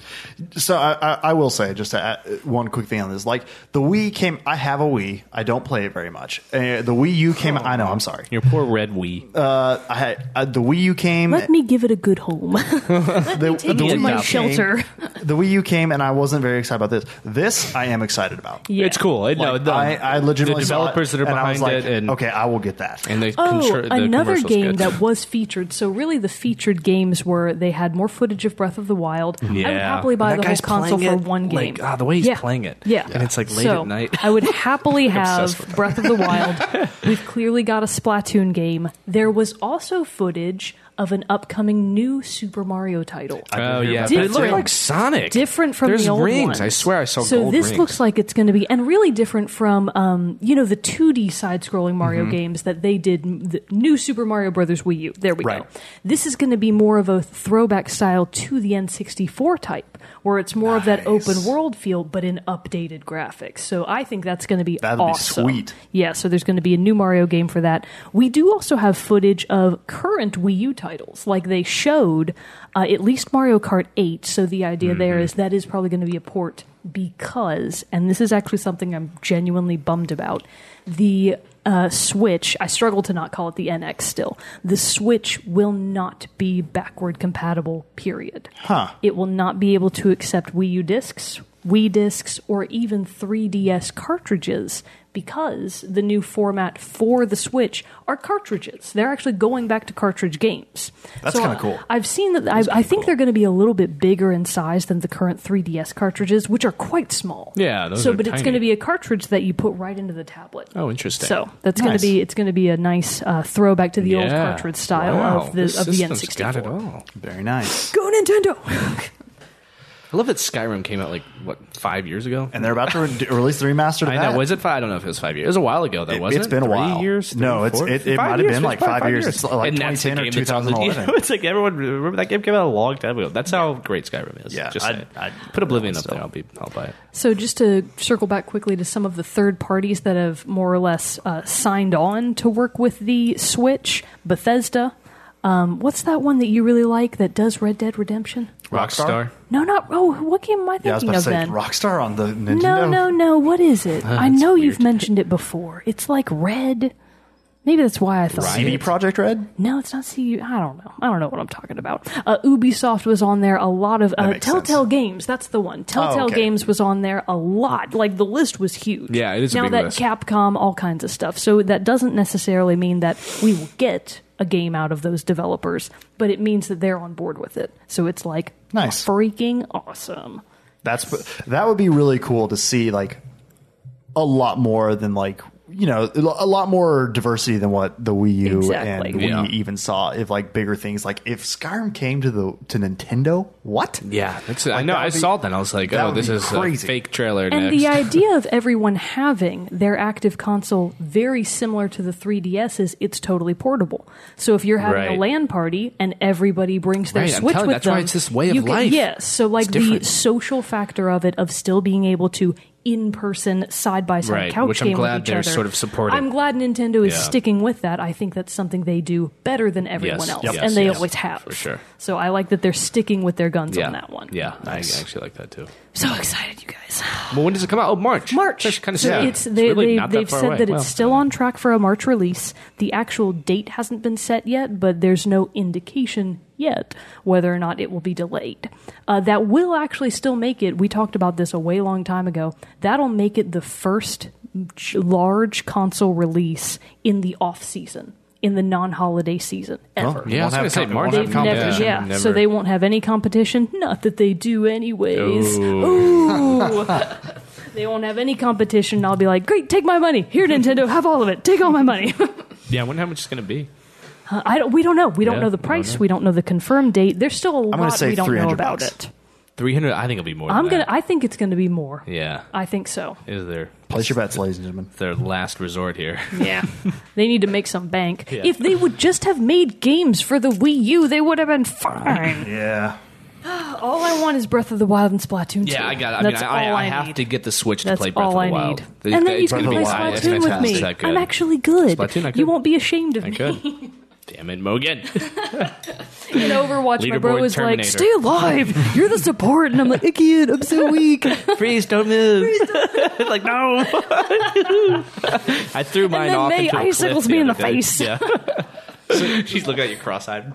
A: So I, I, I will say just to add, one quick thing on this. Like the Wii came. I have a Wii. I don't play it very much. Uh, the Wii U
C: Oh.
A: came. I know. I'm sorry.
C: Your poor red Wii.
A: Uh, I had uh, the Wii U came.
B: Let me give it a good home.
A: the,
B: take
A: the
B: it to
A: Wii
B: my
A: U came-
B: shelter.
A: the Wii U came, and I wasn't very excited about this. This I am excited about.
B: Yeah.
C: It's cool. It, no,
A: Like,
C: the,
A: I, I legitimately
C: the
A: saw
C: developers
A: it,
C: that are
A: and I
C: behind
A: was like,
C: it and
A: okay, I will get that.
C: and the,
B: Oh,
C: contr- the
B: another
C: commercials
B: game
C: good.
B: that was featured. So really, the featured games were they had more footage of Breath of the Wild. I would
C: Yeah.
B: happily buy
C: And
B: the whole console for one game.
C: Like, ah, the way he's
B: Yeah.
C: playing it.
B: Yeah,
C: And it's like late
B: So,
C: at night.
B: I would happily
C: obsessed
B: have
C: with
B: Breath of the Wild. We've clearly got a Splatoon game. There was also footage of an upcoming new Super Mario title.
C: Oh yeah,
B: Different-
C: but it looked like Sonic.
B: different from
C: There's
B: the old
C: rings.
B: ones.
C: I swear, I saw
B: So
C: gold
B: this
C: rings.
B: looks like it's going to be, and really different from, um, you know, the 2D side-scrolling Mario
C: Mm-hmm.
B: games that they did. m- The new Super Mario Brothers Wii U. There we
A: Right.
B: go. This is going to be more of a throwback style to the N64 type, where it's more of that open world feel, but in updated graphics. So I think that's going to be
A: That'd be
B: awesome.
A: sweet.
B: Yeah. So there's going to be a new Mario game for that. We do also have footage of current Wii U titles, like they showed uh, at least Mario Kart 8. So the idea there is that is probably going to be a port because, and this is actually something I'm genuinely bummed about. The uh, Switch, I struggle to not call it the NX still. The Switch will not be backward compatible, period. Huh. It will not be able to accept Wii U discs, Wii discs, or even 3DS cartridges because the new format for the Switch are cartridges. They're actually going back to cartridge games.
A: That's kinda cool.
B: I've seen that. I, I think they're going to be a little bit bigger in size than the current 3DS cartridges, which are quite small.
C: Yeah, those
B: so,
C: are
B: but it's
C: tiny.
B: going to be a cartridge that you put right into the tablet.
C: Oh, interesting.
B: So that's going
A: Nice.
B: to be it's going to be a nice uh, throwback to the old
C: Yeah.
B: cartridge style
C: Wow.
B: of the
C: This
B: of the
C: system's Got it
B: N64.
C: all.
A: Very nice.
B: Go Nintendo!
C: I love that Skyrim came out like what five years ago.
A: And they're about to re- release the remaster. Of
C: I
A: that.
C: know. Was it five? I don't know if it was five years. It was a while ago, though.
A: It-
C: wasn't
A: it's been a
C: Three
A: while.
C: Years?
A: No,
C: Three,
A: it's-
C: four?
A: it- it
C: Five
A: might have been
C: years. It's
A: like
C: probably
A: five years. It's like
C: And that's the
A: 2010 or
C: game that's on the- you
A: 2011.
C: know, it's like everyone remember that game came out a long time ago. That's how great Skyrim is.
A: Yeah,
C: just
A: I'd-
C: saying.
A: I'd-
C: put Oblivion up
A: still.
C: there. I'll be. I'll buy it.
B: so just to circle back quickly to some of the third parties that have more or less uh, signed on to work with the Switch, Bethesda. Um, what's that one that you really like that does Red Dead Redemption?
A: Rockstar?
C: Rockstar.
B: No, not oh, what game am I
A: Yeah, I was
B: thinking
A: about to
B: of
A: say
B: then?
A: Rockstar on the Nintendo.
B: No, no, no. What is it? I
C: that's
B: know you've
C: weird.
B: mentioned it before. It's like red. Maybe that's why I thought.
A: CD Project Red.
B: No, it's not CU. I don't know. I don't know what I'm talking about. Uh, Ubisoft was on there. A lot of uh,
A: makes sense.
B: Telltale Games. That's the one.
C: Oh,
B: Telltale
A: okay.
B: Games was on there a lot. Like the list was huge.
C: Yeah, it is a
B: Now
C: big
B: that
C: list.
B: Capcom, all kinds of stuff. So that doesn't necessarily mean that we will get a game out of those developers, but it means that they're on board with it. So it's like
A: Nice.
B: freaking awesome.
A: That's that would be really cool to see like a lot more than like you know a lot more diversity than what the Wii U
B: Exactly.
A: and we
C: Yeah.
A: even saw if like bigger things like if Skyrim came to the to Nintendo what
C: Yeah, that's. I
A: Like,
C: know.
A: that would
C: I
A: be-
C: saw that. and I was like,
A: that
C: oh,
A: would
C: this
A: be
C: is
A: crazy.
C: a fake trailer.
B: And
C: next.
B: the idea of everyone having their active console very similar to the 3DS is it's totally portable. So if you're having a
C: Right.
B: LAN party and everybody brings their
C: Right, I'm
B: Switch
C: telling you,
B: with
C: that's
B: them,
C: why it's this way of
B: you can-
C: life.
B: Yes, so like
C: It's
B: the
C: different.
B: social factor of it of still being able to in person side by side
C: Right,
B: couch
C: which I'm
B: game
C: glad
B: with each
C: they're
B: other.
C: sort of supporting.
B: I'm glad Nintendo is
C: Yeah.
B: sticking with that. I think that's something they do better than everyone
C: Yes,
B: else,
C: yep.
B: and they
C: yes,
B: always have
C: for sure.
B: So I like that they're sticking with their guns
C: yeah.
B: on that one.
C: Yeah,
A: Nice.
C: I actually like that too.
B: so excited, you guys.
C: Well, when does it come out? Oh, March.
B: March.
C: kind of
B: so it's, they, they, they've said that it's still on track for a March release. The actual date hasn't been set yet, but there's no indication yet whether or not it will be delayed. Uh, that will actually still make it. We talked about this a way long time ago. That'll make it the first j- large console release in the off season, in the non-holiday season ever.
C: Yeah, I
A: Won't
C: was gonna
A: have
C: say
A: com-
C: March.
A: won't have
B: They've never,
A: competition.
B: yeah.
C: Never.
B: So they won't have any competition. Not that they do, anyways. Ooh. they won't have any competition. and I'll be like, great, take my money. Here, Nintendo, have all of it. Take all my money.
C: Yeah, I wonder how much it's going to be.
B: I don't. We don't know. We don't
C: Yeah,
B: know the
C: we don't
B: price.
C: know.
B: We don't know the confirmed date. There's still a
A: gonna
B: lot
A: say
B: we don't know
A: 300
B: about
A: bucks.
B: it.
C: Three hundred. I think it'll be more.
B: I'm
C: than
B: gonna.
C: that.
B: I think it's gonna be more.
C: Yeah,
B: I think so.
C: is there
A: place your bets ladies and gentlemen
C: their last resort here?
B: Yeah. they need to make some bank.
C: Yeah.
B: If they would just have made games for the Wii U, they would have been fine.
A: yeah
B: All I want is Breath of the Wild and Splatoon 2.
C: Yeah, I got. It. I
B: That's
C: mean, I,
B: all
C: I,
B: I
C: have
B: need.
C: to get the Switch
B: That's
C: to play Breath
B: all
C: of
B: I
C: the Wild.
B: need.
C: The-
B: and
C: the-
B: then you
C: it's
B: can
C: gonna
B: play
C: be
A: Wild.
C: wild. It's
B: Splatoon with
C: fantastic.
B: me.
C: It's that good.
B: I'm actually good.
C: Splatoon, I
B: you
C: could.
B: won't be ashamed of
C: I
B: me.
C: could. Damn it, Mogan.
B: In Overwatch, my bro
C: Leaderboard
B: was like,
C: Terminator.
B: "Stay alive! You're the support," and I'm like, "I can't. I'm so weak."
C: Freeze, don't move. like, no. I threw mine
B: then
C: off.
B: May
C: into a
B: icicles
C: cliff
B: me in
C: other
B: the
C: day.
B: face.
C: Yeah. She's looking at you cross-eyed.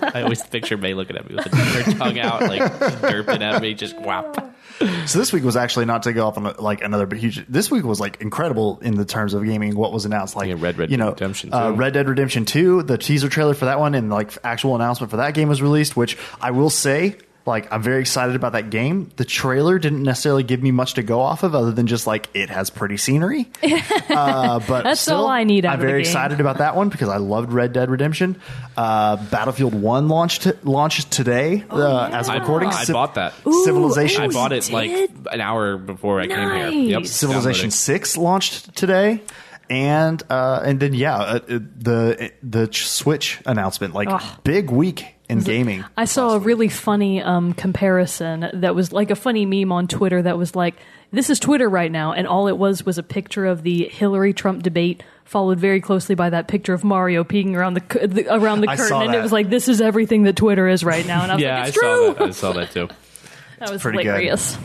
C: I always picture May looking at me with her tongue out, like derping at me, just whap.
A: So this week was actually not to go off on like another but huge. This week was like incredible in the terms of gaming. What was announced, like
C: Yeah, Red Dead
A: you know,
C: Redemption
A: uh,
C: 2.
A: Red Dead Redemption Two, the teaser trailer for that one, and like actual announcement for that game was released. Which I will say, like I'm very excited about that game. The trailer didn't necessarily give me much to go off of, other than just like it has pretty scenery. uh, but
B: That's
A: still,
B: all I need out
A: I'm
B: of the
A: very
B: game.
A: excited about that one because I loved Red Dead Redemption. Uh, Battlefield One launched launched today
B: Oh,
A: uh, as a
C: I,
A: recording.
C: I
A: Civ-
C: bought that.
B: Ooh,
A: Civilization.
C: I
B: ooh,
C: bought
B: you
C: it like
B: did?
C: an hour before I came here. Yep,
B: Nice.
A: Civilization
C: downloading.
A: Six launched today, and uh, and then yeah, uh, uh, the the ch- Switch announcement, like big week in gaming.
B: I saw a really funny um, comparison that was like a funny meme on Twitter that was like, "This is Twitter right now," and all it was was a picture of the Hillary Trump debate, followed very closely by that picture of Mario peeking around the, cu- the around the
A: I
B: curtain,
A: saw
B: and
A: that.
B: it was like, "This is everything that Twitter is right now." And I was
C: Yeah,
B: like,
C: I
B: "It's
C: saw
B: true."
C: that. I saw that too.
B: That was
A: pretty good.
B: hilarious.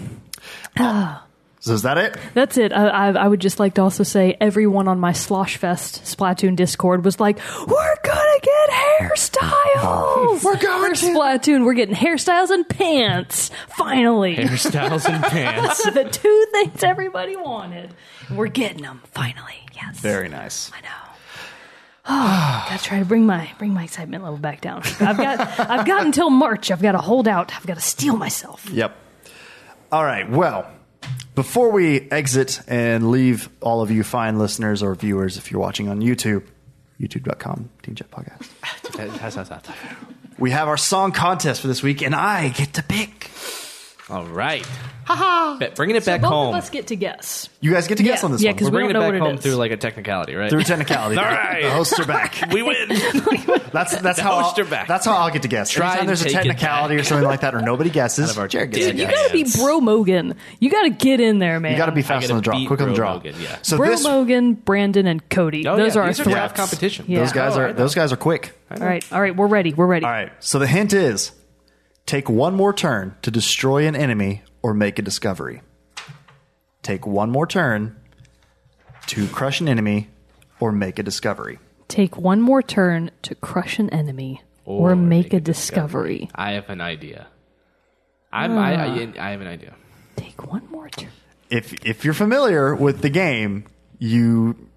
A: So is that it?
B: That's it. I, I, I would just like to also say everyone on my Sloshfest Splatoon Discord was like, "We're gonna get hairstyles. we're going to Splatoon. We're getting hairstyles and pants. Finally,
C: Hairstyles and pants.
B: the two things everybody wanted. We're getting them finally. Yes,
A: Very nice.
B: I know. Oh, gotta try to bring my bring my excitement level back down. I've got I've got until March. I've got to hold out. I've got to steel myself.
A: Yep. All right. Well, before we exit and leave all of you fine listeners or viewers, if you're watching on YouTube, YouTube.com Team Jet Podcast, we have our song contest for this week, and I get to pick.
C: All right. Haha. Bringing it back
B: Both
C: home.
B: of us get to guess.
A: You guys get to guess
B: Yeah,
A: on this
B: yeah,
A: one.
B: 'cause
C: We're
A: We're
B: we
C: bringing
B: don't
C: it
B: know
C: back
B: what it
C: home
B: is.
C: through like a technicality, right?
A: through technicality.
C: All right.
A: The hosts are back.
C: we win.
A: That's that's how
C: hosts
A: I'll,
C: are back.
A: that's how I'll get to guess.
C: Try
A: Anytime
C: and
A: there's a
C: take it
A: technicality
C: back.
A: or something like that, or nobody guesses,
C: Out of our
A: Jared
C: dead
A: gets
B: You
A: it.
C: Yeah,
B: gotta be
C: it's-
B: Bro Mogan. You gotta get in there, man.
A: You got to be fast
C: gotta
A: on the draw,
C: beat
A: quick on the
C: Bro
A: draw.
C: Rogan, yeah.
A: So
B: Bro
A: this,
B: Mogan, Brandon, and Cody.
C: Oh,
B: those
C: yeah,
B: are our
C: these are
B: three.
C: tough competition.
B: Yeah.
A: those guys
C: Oh, I
A: are
C: know.
A: those guys are quick.
B: All right, all right, we're ready. We're ready.
A: All right. So the hint is, take one more turn to destroy an enemy or make a discovery. Take one more turn to crush an enemy or make a discovery.
B: Take one more turn to crush an enemy or, make, a discovery.
C: I have an idea. I'm, I, I, I have an idea.
B: Take one more turn.
A: If if you're familiar with the game, you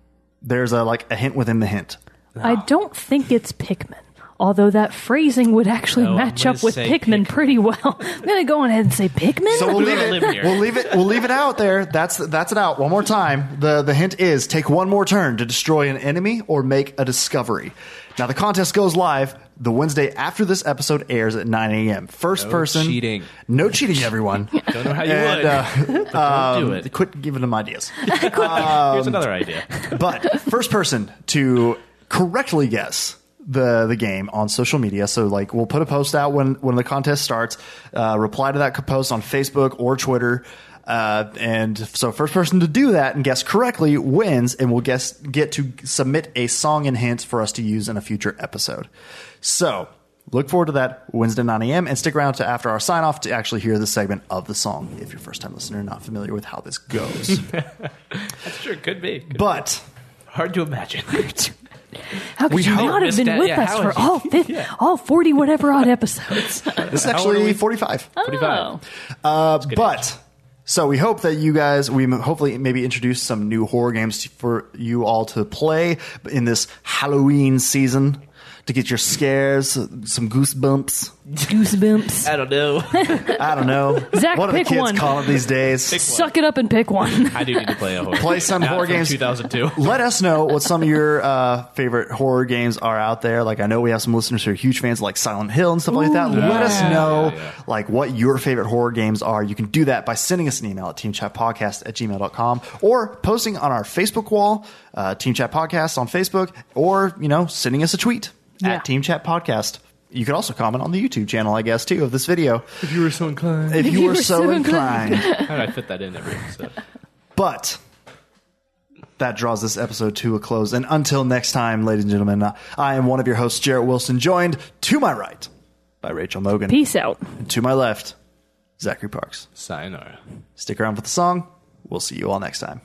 A: there's a like a hint within the hint.
B: I don't think it's Pikmin, although that phrasing would actually
C: No, I'm
B: match
C: gonna
B: up with
C: say
B: Pikmin, pretty well. I'm gonna go ahead and say Pikmin.
A: So we'll
C: We
A: leave
C: don't
A: it.
C: live here.
A: We'll leave it. We'll leave it out there. That's that's it out. One more time. The the hint is take one more turn to destroy an enemy or make a discovery. Now the contest goes live the Wednesday after this episode airs at 9 a.m. First
C: No
A: person
C: cheating.
A: No cheating, everyone.
C: Don't know how you
A: and
C: would.
A: uh,
C: but don't do it.
A: quit giving them ideas.
C: Here's another idea.
A: But first person to correctly guess the the game on social media. So like we'll put a post out when when the contest starts. Uh, reply to that post on Facebook or Twitter. Uh, and so first person to do that and guess correctly wins and we'll guess get to submit a song and hints for us to use in a future episode. So look forward to that Wednesday 9 a.m. and stick around to after our sign off to actually hear the segment of the song if you're first time listener not familiar with how this goes.
C: Sure, could be. Could-
A: but
C: Hard to imagine.
B: How could
A: we
B: you
A: hope
B: not have
C: this
B: been
C: guy-
B: with
C: yeah,
B: us for
C: how is he-
B: all fifth, all forty whatever odd episodes?
A: this is
C: How old are
A: actually
C: we?
A: 45.
B: Oh.
C: 45.
A: but so we hope that you guys we m- hopefully maybe introduce some new horror games to- for you all to play in this halloween season to get your scares some goosebumps
B: Goosebumps.
C: I don't know.
A: i don't know
B: Zach,
A: what do the
B: pick
A: kids
B: one.
A: call it these days
B: Suck it up and pick one.
C: I do need to play a horror.
A: Play
C: game.
A: some
C: Not
A: horror
C: from
A: games.
C: 2002.
A: let us know what some of your uh, favorite horror games are out there. Like I know we have some listeners who are huge fans of like Silent Hill and stuff like that. Let us know
C: Yeah, yeah.
A: like what your favorite horror games are. You can do that by sending us an email at teamchatpodcast at gmail.com or posting on our Facebook wall, uh, Team Chat Podcast on Facebook, or, you know, sending us a tweet
B: Yeah.
A: at Team Chat Podcast. You could also comment on the YouTube channel, I guess, too, of this video
C: If you were so inclined.
A: if you
B: you
A: were
B: were
A: so
B: so inclined.
A: inclined.
C: How do I fit that in every episode?
A: But that draws this episode to a close. And until next time, ladies and gentlemen, uh, I am one of your hosts, Jarrett Wilson, joined to my right by Rachel Mogan.
B: Peace out.
A: And to my left, Zachary Parks.
C: Sayonara.
A: Stick around for the song. We'll see you all next time.